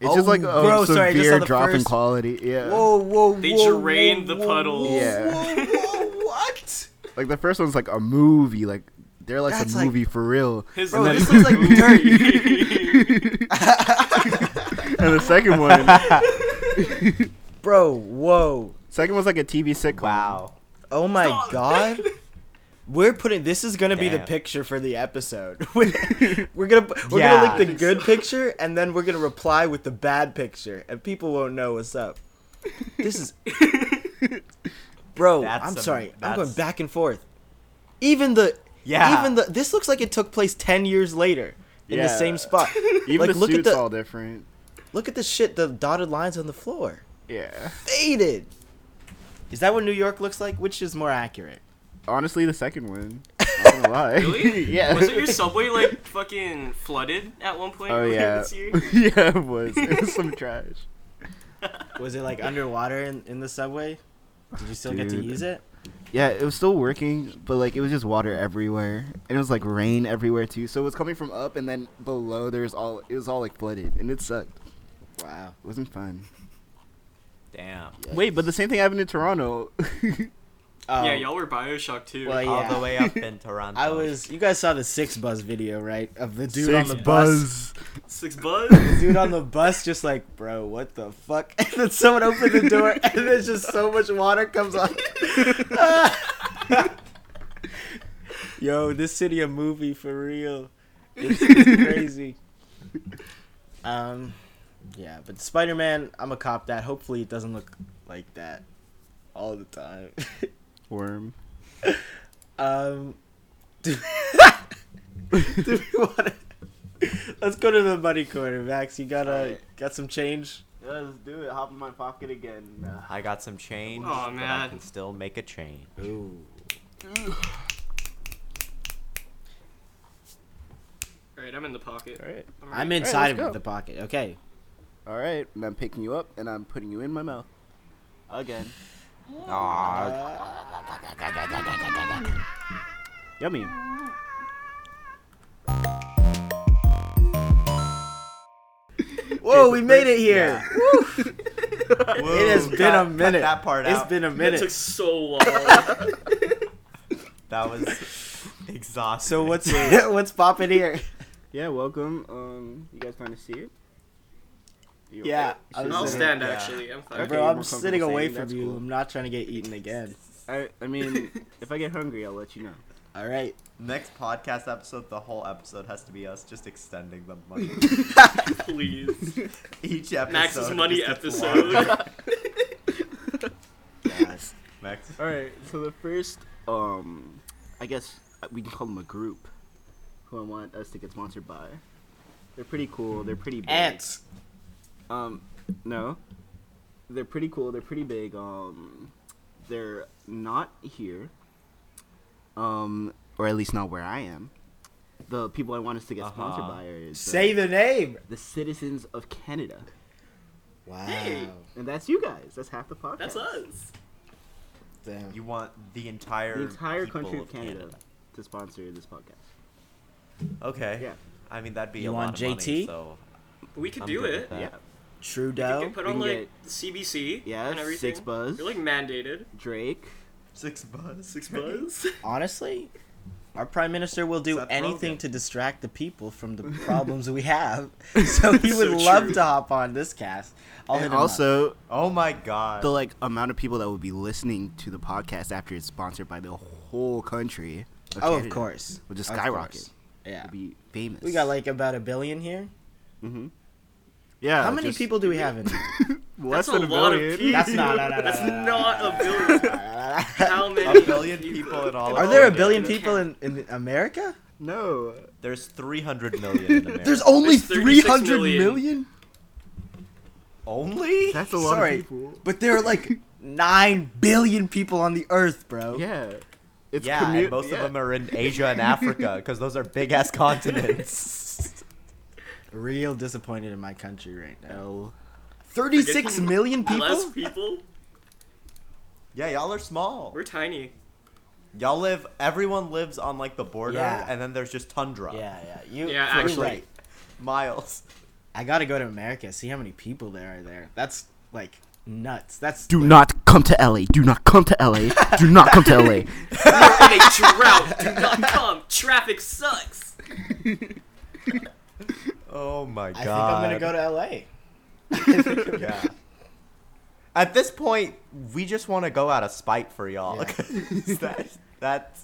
S3: It's just
S2: Oh,
S3: like a
S2: bro,
S3: severe
S2: sorry, I just saw the
S3: drop in
S2: first-
S3: quality. Yeah.
S2: Whoa, whoa, whoa.
S1: They
S2: whoa,
S1: drained the
S2: whoa,
S1: puddles.
S2: Whoa,
S3: Yeah.
S2: whoa, whoa, what?
S3: Like the first one's like a movie. Like they're like
S2: That's
S3: a
S2: like-
S3: movie for real.
S1: his
S2: Bro,
S1: and
S2: this
S1: then-
S2: looks like
S1: Ooh.
S3: And the second one,
S2: Bro, whoa.
S3: second one's like a TV sitcom.
S4: wow.
S2: Oh my
S1: Stop.
S2: god. We're putting this is gonna be the
S4: Damn.
S2: picture for the episode. we're gonna we're
S4: Yeah.
S2: gonna link the good picture and then we're gonna reply with the bad picture and people won't know what's up. This is Bro,
S4: That's
S2: I'm
S4: some-
S2: sorry. I'm going
S4: that's-
S2: back and forth. Even the
S4: Yeah.
S2: even the this looks like it took place ten years later in the
S3: Yeah.
S2: same spot.
S3: Even
S2: like
S3: the
S2: look at
S3: suits
S2: the
S3: all different.
S2: look at the shit the dotted lines on the floor.
S3: Yeah.
S2: Faded. Is that what New York looks like? Which is more accurate?
S3: Honestly, the second one. I'm gonna lie.
S1: Really?
S3: yeah.
S1: Was it your subway like fucking flooded at one point
S3: Oh
S1: earlier
S3: yeah.
S1: this year?
S3: yeah, it was. It was some trash.
S2: Was it like underwater in, in the subway? Did you still get to
S3: Dude.
S2: use it?
S3: Yeah, it was still working, but like it was just water everywhere, and it was like rain everywhere too. So it was coming from up, and then below there's all it was all like flooded, and it sucked.
S2: Wow.
S3: It wasn't fun.
S4: Damn.
S3: Wait, but the same thing happened in Toronto.
S2: Oh,
S1: Yeah, y'all were Bioshock too.
S2: Well, yeah.
S4: All the way up in Toronto.
S2: I was. You guys saw the six buzz video, right? Of the dude on the bus.
S1: Six buzz.
S2: Dude on the bus, just like, bro, what the fuck? And then someone opened the door, and there's just so much water comes on. Yo, this city a movie for real. It's, it's crazy. Um, yeah, but Spider Man, I'm a cop that. Hopefully, it doesn't look like that all the time.
S3: Worm.
S2: Um, do, do we want to? Let's go to the money corner, Max. You got to
S3: Alright.
S2: got some change?
S3: Let's do it. Hop in my pocket again.
S4: I got some change.
S1: Aw,
S4: but I
S1: man.
S4: can still make a change.
S2: Ooh.
S1: All right, I'm in the pocket.
S3: All right.
S1: All right.
S2: I'm inside
S3: let's
S2: of
S3: go.
S2: the pocket. Okay.
S3: All right. And I'm picking you up, and I'm putting you in my mouth. Again.
S4: Aw,
S3: Yummy.
S2: Whoa, we made it here.
S4: whoa,
S2: It has
S4: cut-
S2: been a
S4: cut
S2: minute.
S4: that part
S2: It's
S4: out.
S2: been a
S1: It
S2: minute.
S1: took so long.
S4: That was exhausting.
S2: so what's what's popping here?
S3: Yeah. Welcome. Um. You guys trying to see it? You
S2: Yeah,
S3: I
S2: I'm
S1: I'll
S2: sitting-
S1: stand
S4: yeah.
S1: actually. I'm fine.
S3: Okay,
S2: Bro,
S3: you're
S2: I'm
S3: more
S2: sitting
S3: comfortable
S2: away
S3: saying
S2: from
S3: that's
S2: you.
S3: cool.
S2: I'm not trying to get eaten again.
S3: I, I mean, if I get hungry, I'll let you know.
S2: All right.
S4: Next podcast episode, the whole episode has to be us just extending the money.
S1: Please.
S4: Each episode.
S1: Max's money
S4: just gets
S1: episode.
S4: longer. Yes. Max.
S3: All right. So the first, um, I guess we can call them a group, who I want us to get sponsored by. They're pretty cool. They're pretty big.
S1: Ants.
S3: Um, no. They're pretty cool. They're pretty big. Um, they're not here. Um, or at least not where I am. The people I want us to get sponsored
S4: Uh-huh.
S3: by is uh,
S2: Say the name.
S3: the citizens of Canada,
S2: Wow.
S1: Hey.
S3: and that's you guys. That's half the podcast.
S1: That's us.
S2: Damn.
S4: You want the entire
S3: The entire
S4: people
S3: country of Canada,
S4: Canada.
S3: to sponsor this podcast.
S4: Okay.
S3: Yeah.
S4: I mean that'd be
S2: You
S4: a
S2: want
S4: lot of money.
S2: JT?
S4: So
S1: We could
S4: I'm
S1: do
S4: good
S1: it.
S4: with that.
S3: Yeah.
S1: You
S2: Trudeau.
S1: could put
S3: We
S1: on
S3: can
S1: like
S3: get-
S1: the CBC
S3: Yeah,
S1: and everything.
S3: Six Buzz.
S1: You're like mandated.
S3: Drake.
S4: Six buzz.
S1: Six buzz.
S2: Honestly, our prime minister will do
S4: Seth
S2: anything
S4: Rogen.
S2: to distract the people from the problems we have. So he would
S1: So
S2: love
S1: true.
S2: to hop on this cast. I'll hit
S3: and
S2: him up.
S3: also
S4: Oh my god.
S3: the like amount of people that would be listening to the podcast after it's sponsored by the whole country.
S2: Oh, of
S3: Canada
S2: course.
S3: Would just
S2: Of
S3: skyrocket.
S2: course. Yeah.
S3: Would be famous.
S2: We got like about a billion here.
S3: hmm Yeah.
S2: How many
S3: just-
S2: people do we have in here?
S3: Less
S1: That's a
S3: than a
S1: lot of
S3: billion.
S1: people.
S2: That's not. No, no, no,
S1: That's
S2: no, no,
S1: not
S2: no,
S1: a
S2: no,
S1: billion.
S2: no, no, no, no.
S1: How many
S4: a billion people in all.
S2: Are
S4: of
S2: there a
S4: Canada.
S2: billion people in, in America?
S3: No.
S4: There's 300 million in America.
S2: There's only
S1: There's 36
S2: 300
S1: million.
S2: million?
S4: only.
S3: That's a lot
S2: Sorry,
S3: of people.
S2: But there are like 9 billion people on the earth, bro.
S3: Yeah. It's
S4: yeah, and
S3: commu-
S4: most
S3: yeah.
S4: of them are in Asia and Africa because those are big ass continents.
S2: Real disappointed in my country right now.
S3: L.
S2: 36 million
S1: Less
S2: people?
S1: people.
S4: yeah, y'all are small.
S1: We're tiny.
S4: Y'all live. Everyone lives on like the border,
S2: Yeah.
S4: and then there's just tundra.
S2: Yeah, yeah. You,
S1: Yeah,
S2: you're
S1: actually.
S2: right.
S4: miles.
S2: I gotta go to America, see how many people there are there. That's like nuts. That's
S3: Do not come to LA. Do not come to LA. Do not come to LA.
S1: We're in a drought. Do not come. Traffic sucks.
S4: Oh my god.
S2: I think I'm gonna go to LA.
S4: Yeah. At this point, we just want to go out of spite for y'all.
S2: Yeah.
S4: 'cause that, that's.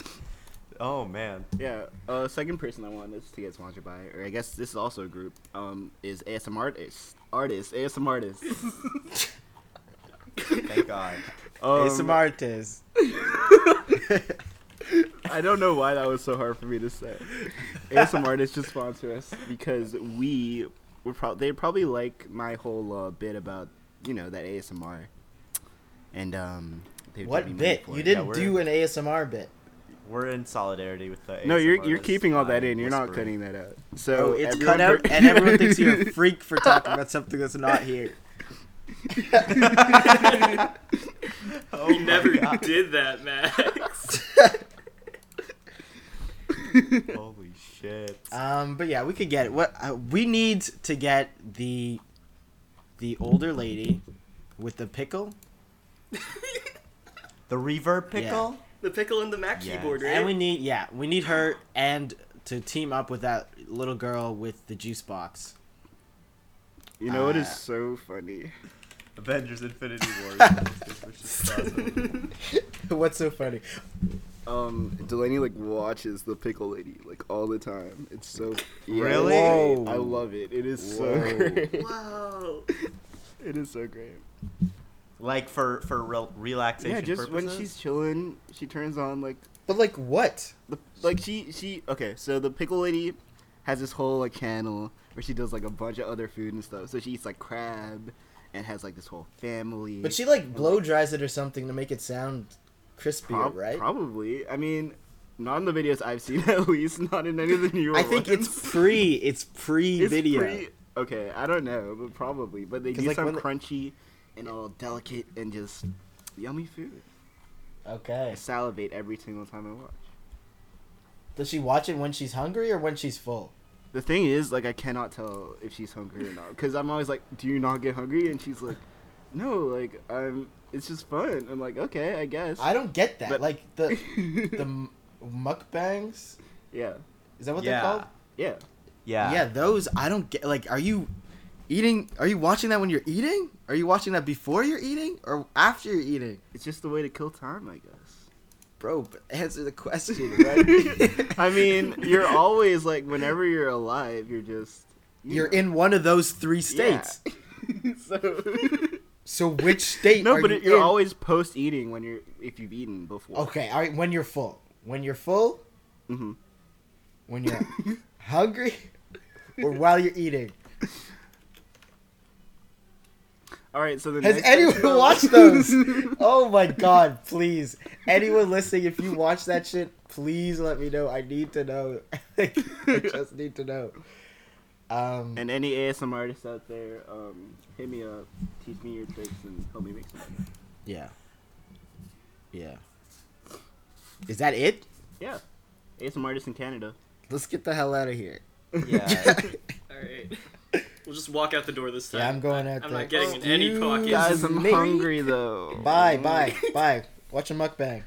S4: Oh man.
S3: Yeah. Uh, second person I want this to get sponsored by, or I guess this is also a group, um, is ASM artists. Artists. ASM artists.
S4: Thank God.
S3: Um,
S2: It's Martes.
S3: I don't know why that was so hard for me to say. ASM artists should sponsor us because we would probably they probably like my whole uh, bit about you know that ASMR, and um. they would give me
S2: What
S3: money
S2: bit?
S3: for
S2: You
S3: it.
S2: didn't
S4: we're-
S2: do an ASMR bit.
S4: We're in solidarity with the.
S3: No, you're
S4: ASMR
S3: you're
S4: artists.
S3: keeping all that
S4: I'm
S3: in. You're not
S4: whispering.
S3: cutting that out. So
S2: Oh, it's
S3: everyone
S2: cut out,
S3: per-
S2: and everyone thinks you're a freak for talking about something that's not here.
S4: Oh
S1: We
S4: my
S1: never
S4: God.
S1: did that, Max.
S4: Holy shit.
S2: Um, but yeah, we could get it. What uh, we need to get the the older lady with the pickle,
S4: The reverb pickle.
S1: the pickle and the Mac
S4: Yes.
S1: keyboard, right?
S2: and we need yeah, we need her and to team up with that little girl with the juice box.
S3: you know what is
S2: uh,
S3: so funny?
S4: Avengers: Infinity War.
S2: What's so funny?
S3: Um, Delaney like watches the pickle lady like all the time. It's so Yeah.
S4: Really?
S2: Whoa.
S3: I love it. It is
S2: Whoa.
S3: so great.
S1: Wow.
S3: It is so great.
S4: like for for rel relaxation
S3: Yeah, just
S4: purposes.
S3: when she's chilling, she turns on like
S2: But like what?
S3: the like she she okay. So the pickle lady has this whole like channel where she does like a bunch of other food and stuff. So she eats like crab and has like this whole family.
S2: But she like blow dries it or something to make it sound crispier,
S3: Prob-
S2: right?
S3: Probably. I mean, not in the videos I've seen at least. Not in any of the newer
S2: I think
S3: ones.
S2: it's pre. It's pre
S3: It's
S2: video.
S3: pretty- okay, I don't know, but probably. But they
S2: 'Cause,
S3: do
S2: like,
S3: some
S2: when the-
S3: crunchy and all delicate and just yummy food.
S2: Okay.
S3: I salivate every single time I watch.
S2: Does she watch it when she's hungry or when she's full?
S3: The thing is, like, I cannot tell if she's hungry or not because I'm always like, "Do you not get hungry?" And she's like, "No, like, I'm. It's just fun." I'm like, "Okay, I guess."
S2: I don't get that.
S3: But-
S2: like the the m- mukbangs.
S3: yeah,
S2: Is that what
S4: Yeah.
S2: they're called?
S3: yeah.
S4: yeah.
S2: Yeah, those I don't get. Like, are you Eating? Are you watching that when you're eating? Are you watching that before you're eating or after you're eating?
S3: It's just the way to kill time, I guess.
S2: Bro, but answer the question, right?
S3: I mean, you're always like, whenever you're alive, you're just you
S2: you're
S3: know.
S2: in one of those three
S3: Yeah.
S2: states.
S3: so
S2: So which state?
S3: no,
S2: are
S3: but
S2: you
S3: it- you're
S2: in?
S3: always post eating when you're if you've eaten before.
S2: okay. All right, when you're full, when you're full,
S3: hmm
S2: when you're hungry, or while you're eating.
S3: All right. So the
S2: Has
S3: next
S2: anyone
S3: episode-
S2: watched those? oh my god, please. Anyone listening, if you watch that shit, please let me know. I need to know. I just need to know. Um,
S3: and any ASM artists out there, um, hit me up, teach me your tricks, and help me make some money.
S2: yeah. Yeah. Is that it?
S3: Yeah, ASM artists in Canada.
S2: Let's get the hell out of here.
S4: Yeah.
S1: All right. We'll just walk out the door this time.
S2: Yeah, I'm going out
S1: I'm
S2: there.
S1: not getting in any pockets.
S3: Guys, I'm
S2: me?
S3: hungry though.
S2: Bye, bye, bye. Watch a mukbang.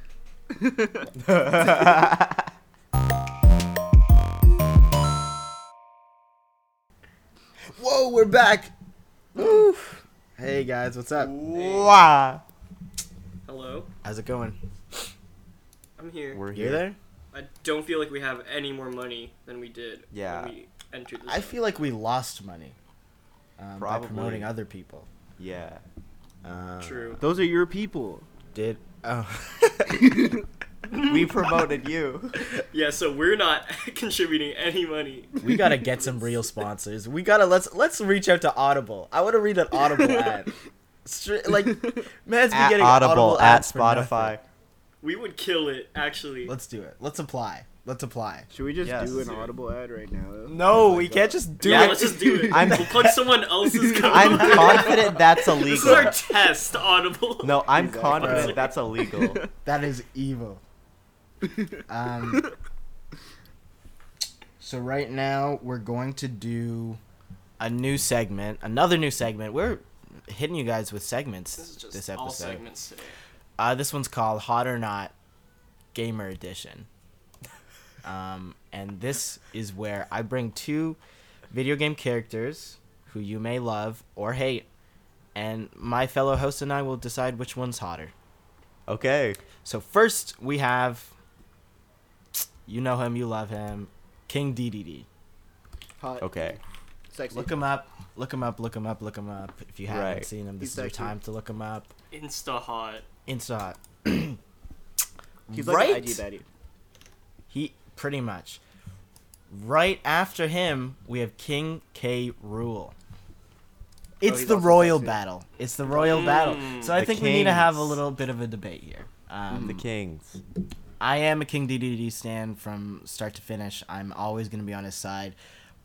S2: Whoa, we're back. Oof. Hey guys, what's up?
S4: wow.
S1: Hello?
S2: How's it going?
S1: I'm here.
S4: We're
S2: You're
S4: here.
S2: there?
S1: I don't feel like we have any more money than we did
S4: Yeah.
S1: when we entered this.
S2: I feel like we lost money um, by
S4: Probably.
S2: promoting other people.
S4: Yeah.
S2: Uh,
S1: True.
S3: Those are your people.
S4: Uh,
S2: Did oh
S4: We promoted you.
S1: Yeah, so we're not contributing any money.
S2: we gotta get some real sponsors. We gotta let's let's reach out to Audible. I want to read an Audible ad. Stri- like man's been
S4: At
S2: getting
S4: Audible, at
S2: ads for
S4: Spotify.
S2: nothing.
S1: We would kill it, actually.
S2: Let's do it. Let's apply. Let's apply.
S3: Should we just
S4: Yes.
S3: do an audible ad right now?
S2: No, we can't just do
S1: yeah,
S2: it.
S1: let's just do it.
S4: I'm-
S1: we'll plug someone else's code.
S4: I'm confident that's
S1: This is our
S4: illegal.
S1: test, Audible.
S4: No, I'm
S3: Exactly.
S4: confident that's illegal.
S2: That is evil. Um, so right now we're going to do a new segment, another new segment. We're hitting you guys with segments
S1: This is just
S2: this
S1: all
S2: episode.
S1: segments today.
S2: Uh, this one's called Hot or Not Gamer Edition. Um, and this is where I bring two video game characters who you may love or hate, and my fellow host and I will decide which one's hotter.
S4: Okay.
S2: So first we have, you know him, you love him, King DDD.
S3: Hot,
S4: Okay.
S3: Sexy.
S2: Look him up, look him up, look him up, look him up. If you haven't
S4: Right.
S2: seen him, this
S3: He's
S2: is your
S3: sexy.
S2: time to look him up.
S1: Insta hot.
S2: Insta.
S3: He's like
S2: right?
S3: an IG baddie.
S2: He pretty much. Right after him, we have King K. Rule. It's
S3: Oh, he's
S2: the
S3: also
S2: royal
S3: sexy.
S2: battle. It's the royal battle.
S1: Mm,
S2: So I
S4: the
S2: think we need to have a
S4: kings.
S2: little bit of a debate here. Um,
S4: The Kings.
S2: I am a King DDD stand from start to finish. I'm always going to be on his side.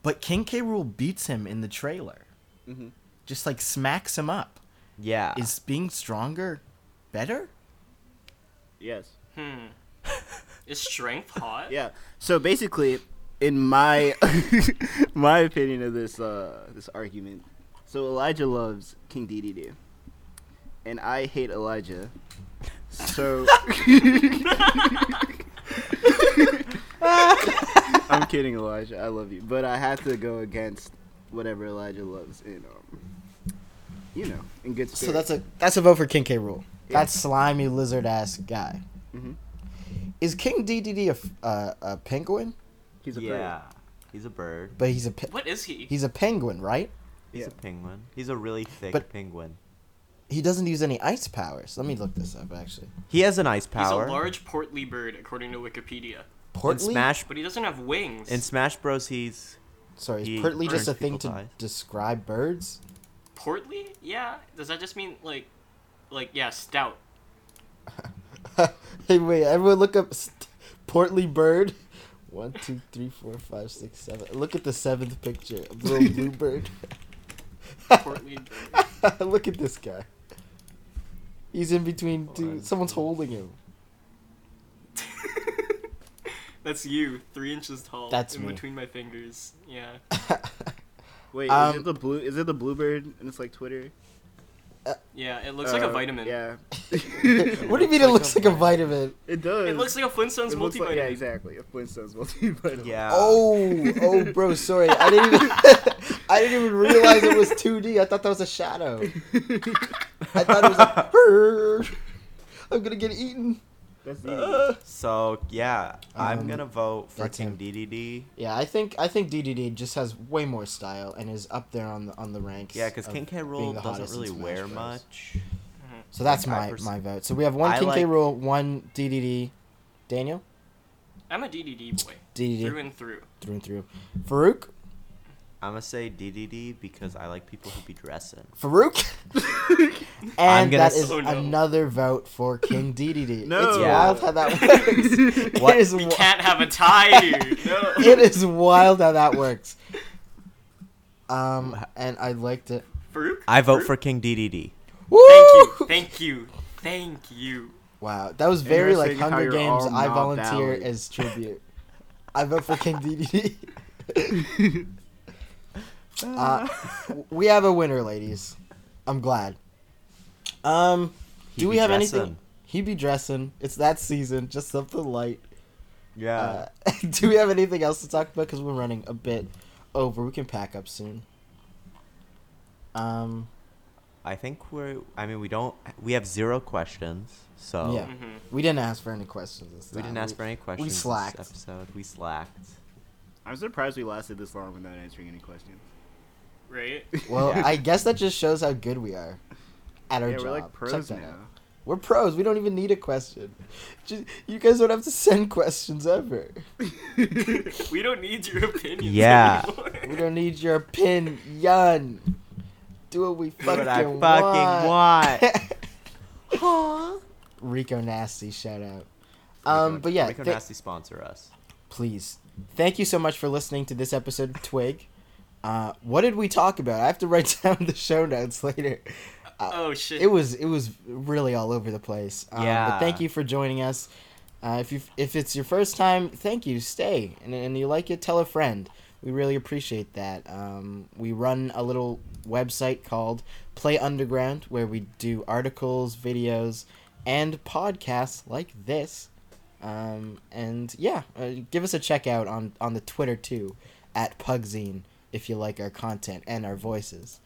S2: But King K. Rule beats him in the trailer.
S3: Mhm.
S2: Just like smacks him up.
S3: Ah.
S4: Yeah.
S2: Is being stronger better?
S3: Yes.
S1: Hmm. Is strength hot?
S3: Yeah. So basically, in my my opinion of this uh, this argument, so Elijah loves King DDD, and I hate Elijah. So I'm kidding, Elijah. I love you, but I have to go against whatever Elijah loves in um, you know, in good spirit.
S2: So that's a that's a vote for King K. Rule.
S3: Yeah.
S2: That slimy lizard ass guy.
S3: Mhm.
S2: Is King DDD a, f- uh, a penguin?
S3: he's a
S4: yeah.
S3: yeah.
S4: He's a bird.
S2: But he's a pe-
S1: What is he?
S2: he's a penguin, right?
S4: He's
S3: Yeah.
S4: a penguin. He's a really thick
S2: But-
S4: penguin.
S2: He doesn't use any ice powers. Let me look this up actually.
S4: He has an ice
S1: He's a
S4: power.
S1: large portly bird, according to Wikipedia.
S4: in
S2: Portly.
S4: Smash
S1: But he doesn't have wings.
S4: in Smash Bros he's
S2: Sorry, is
S4: He
S2: portly just a
S4: turns
S2: thing
S4: people
S2: to
S4: to ice.
S2: describe birds?
S1: portly? Yeah. Does that just mean like, like yeah, stout?
S2: hey, wait, everyone look up st- portly bird. One, two, three, four, five, six, seven. Look at the seventh picture, a little blue bird.
S1: Portly bird.
S2: look at this guy. He's in between two. Someone's holding him.
S1: That's you, three inches tall.
S2: That's
S1: in
S2: me.
S1: between my fingers. Yeah.
S3: Wait,
S2: Um,
S3: is it the blue? Is it the bluebird? And it's like Twitter.
S1: Yeah. It looks like a
S3: Uh,
S1: vitamin.
S3: Yeah.
S2: What do you mean it looks like a vitamin?
S3: It does.
S1: It looks like a Flintstones
S3: It looks
S1: multivitamin.
S3: like- yeah, exactly. A Flintstones multivitamin.
S4: Yeah.
S2: Oh, oh, bro, sorry. I didn't even, I didn't even realize it was 2D. I thought that was a shadow. I thought it was like, "Rrrr, I'm gonna get eaten.
S3: That's eating.
S2: Uh.
S4: So yeah, I'm
S2: Um,
S4: gonna vote for
S2: that's him.
S4: Team DDD.
S2: Yeah, I think I think DDD just has way more style and is up there on the on the ranks.
S4: Yeah, because
S2: of
S4: King K.
S2: being
S4: Rule
S2: the hottest
S4: doesn't
S2: in
S4: really
S2: Smash
S4: wear
S2: Bros.
S4: much.
S2: So that's
S4: Like, I
S2: my
S4: pers-
S2: my vote. So we have one
S4: I
S2: King K.
S4: like-
S2: Rule, one DDD, Daniel
S1: I'm a DDD boy
S2: DDD
S1: through and through.
S2: through and through, Farouk
S4: I'm gonna say DDD because I like people who be dressing.
S2: Farouk,
S4: I'm
S2: and
S4: gonna
S2: that is
S1: so know.
S2: another vote for King DDD.
S3: No.
S2: It's
S4: Yeah.
S2: wild how that works.
S4: What?
S2: It is
S1: We
S2: wi-
S1: can't have a tie here. No.
S2: it is wild how that works. Um, and I liked it.
S1: Farouk?
S4: I vote
S1: Farouk?
S4: for King
S1: Thank
S4: DDD.
S1: you.
S2: Woo!
S1: Thank you. Thank you.
S2: Wow, that was very like
S3: Interesting how
S2: Hunger
S3: you're
S2: Games.
S3: all
S2: I
S3: not
S2: volunteer
S3: valid.
S2: as tribute. I vote for King DDD. uh, w- we have a winner, ladies. I'm glad. Um,
S4: He
S2: do we
S4: be
S2: have anything?
S4: dressin'.
S2: He be dressing. It's that season. Just something light.
S4: Yeah.
S2: Uh, do we have anything else to talk about? Because we're running a bit over. We can pack up soon. Um.
S4: I think we're. I mean, we don't. We have zero questions, so
S2: Yeah.
S1: hmm
S2: We didn't ask for any questions this time.
S4: we didn't ask for any questions. this
S2: slacked.
S4: episode. We slacked.
S3: I'm surprised we lasted this long without answering any questions.
S1: Right?
S2: Well,
S4: Yeah.
S2: I guess that just shows how good we are at our
S3: yeah,
S2: job.
S3: we're like
S2: Check
S3: pros
S2: that
S3: now.
S2: out. We're pros. We don't even need a question. Just, you guys don't have to send questions ever.
S1: We don't need your opinions
S4: Yeah.
S1: anymore.
S2: We don't need your opinion. Yun. Do what we fucking,
S4: What I
S2: want.
S4: fucking want.
S2: Rico Nasty, shout out. Um,
S4: Rico-
S2: but yeah,
S4: Rico
S2: thi-
S4: Nasty sponsor us.
S2: please. Thank you so much for listening to this episode of Twig. Uh, what did we talk about? I have to write down the show notes later.
S1: Oh, shit.
S2: it was it was really all over the place. Um, But
S4: Yeah.
S2: thank you for joining us. Uh, if you if it's your first time, thank you. Stay and, and you like it, tell a friend. We really appreciate that. Um, we run a little website called Play Underground where we do articles, videos, and podcasts like this. Um, and yeah, uh, give us a check out on on the Twitter too at Pugzine if you like our content and our voices.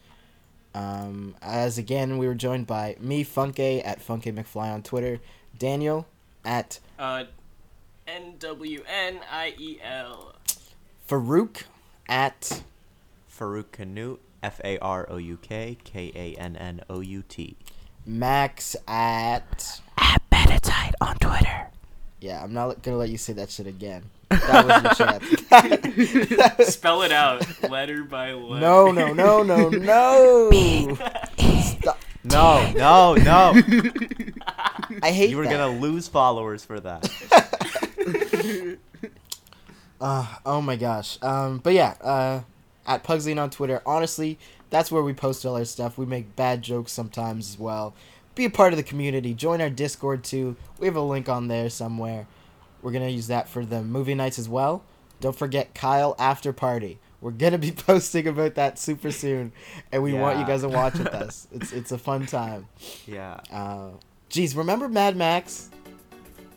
S2: Um, as again, we were joined by me, Funke, at Funke McFly on Twitter, Daniel, at
S1: Uh, E N-W-N-I-E-L.
S2: Farouk, at
S4: Farouk Canute, F A R O U K K A N N O U T.
S2: Max, at.
S4: At Benetite on Twitter.
S2: Yeah, I'm not gonna let you say that shit again. That was your chance. That was-
S1: Spell it out, letter by letter.
S2: no, no, no, no, no! Stop.
S4: No, no, no.
S2: I hate
S4: you were
S2: that.
S4: gonna lose followers for that.
S2: Uh, oh my gosh. Um, but yeah, uh, at Pugzine on Twitter. Honestly, that's where we post all our stuff. We make bad jokes sometimes as well. Be a part of the community. Join our Discord too. We have a link on there somewhere. We're gonna use that for the movie nights as well. Don't forget Kyle After Party. We're gonna be posting about that super soon, and we want you
S4: Yeah.
S2: guys to watch with us. It's it's a fun time.
S4: Yeah.
S2: Uh, geez, remember Mad Max?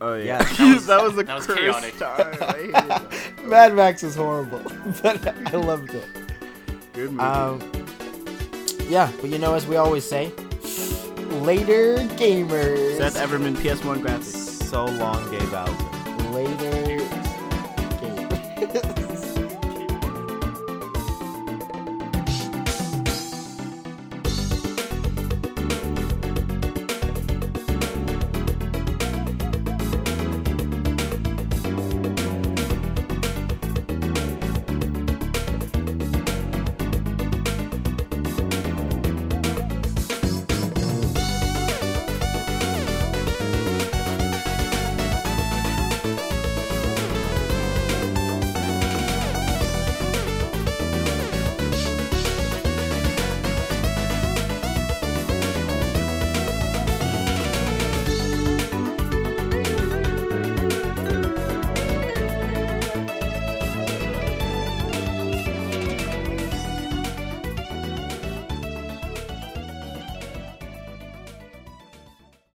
S3: Oh yeah, that,
S4: Yeah,
S3: was, that was a
S1: that was
S3: cursed
S1: chaotic.
S3: time. I hated that.
S2: Mad Max is horrible, but I loved it.
S3: Good movie.
S2: Um, yeah, but you know, as we always say, later gamers.
S3: Seth Everman, PS1 graphics.
S4: So long, Gabe Bowser.
S2: later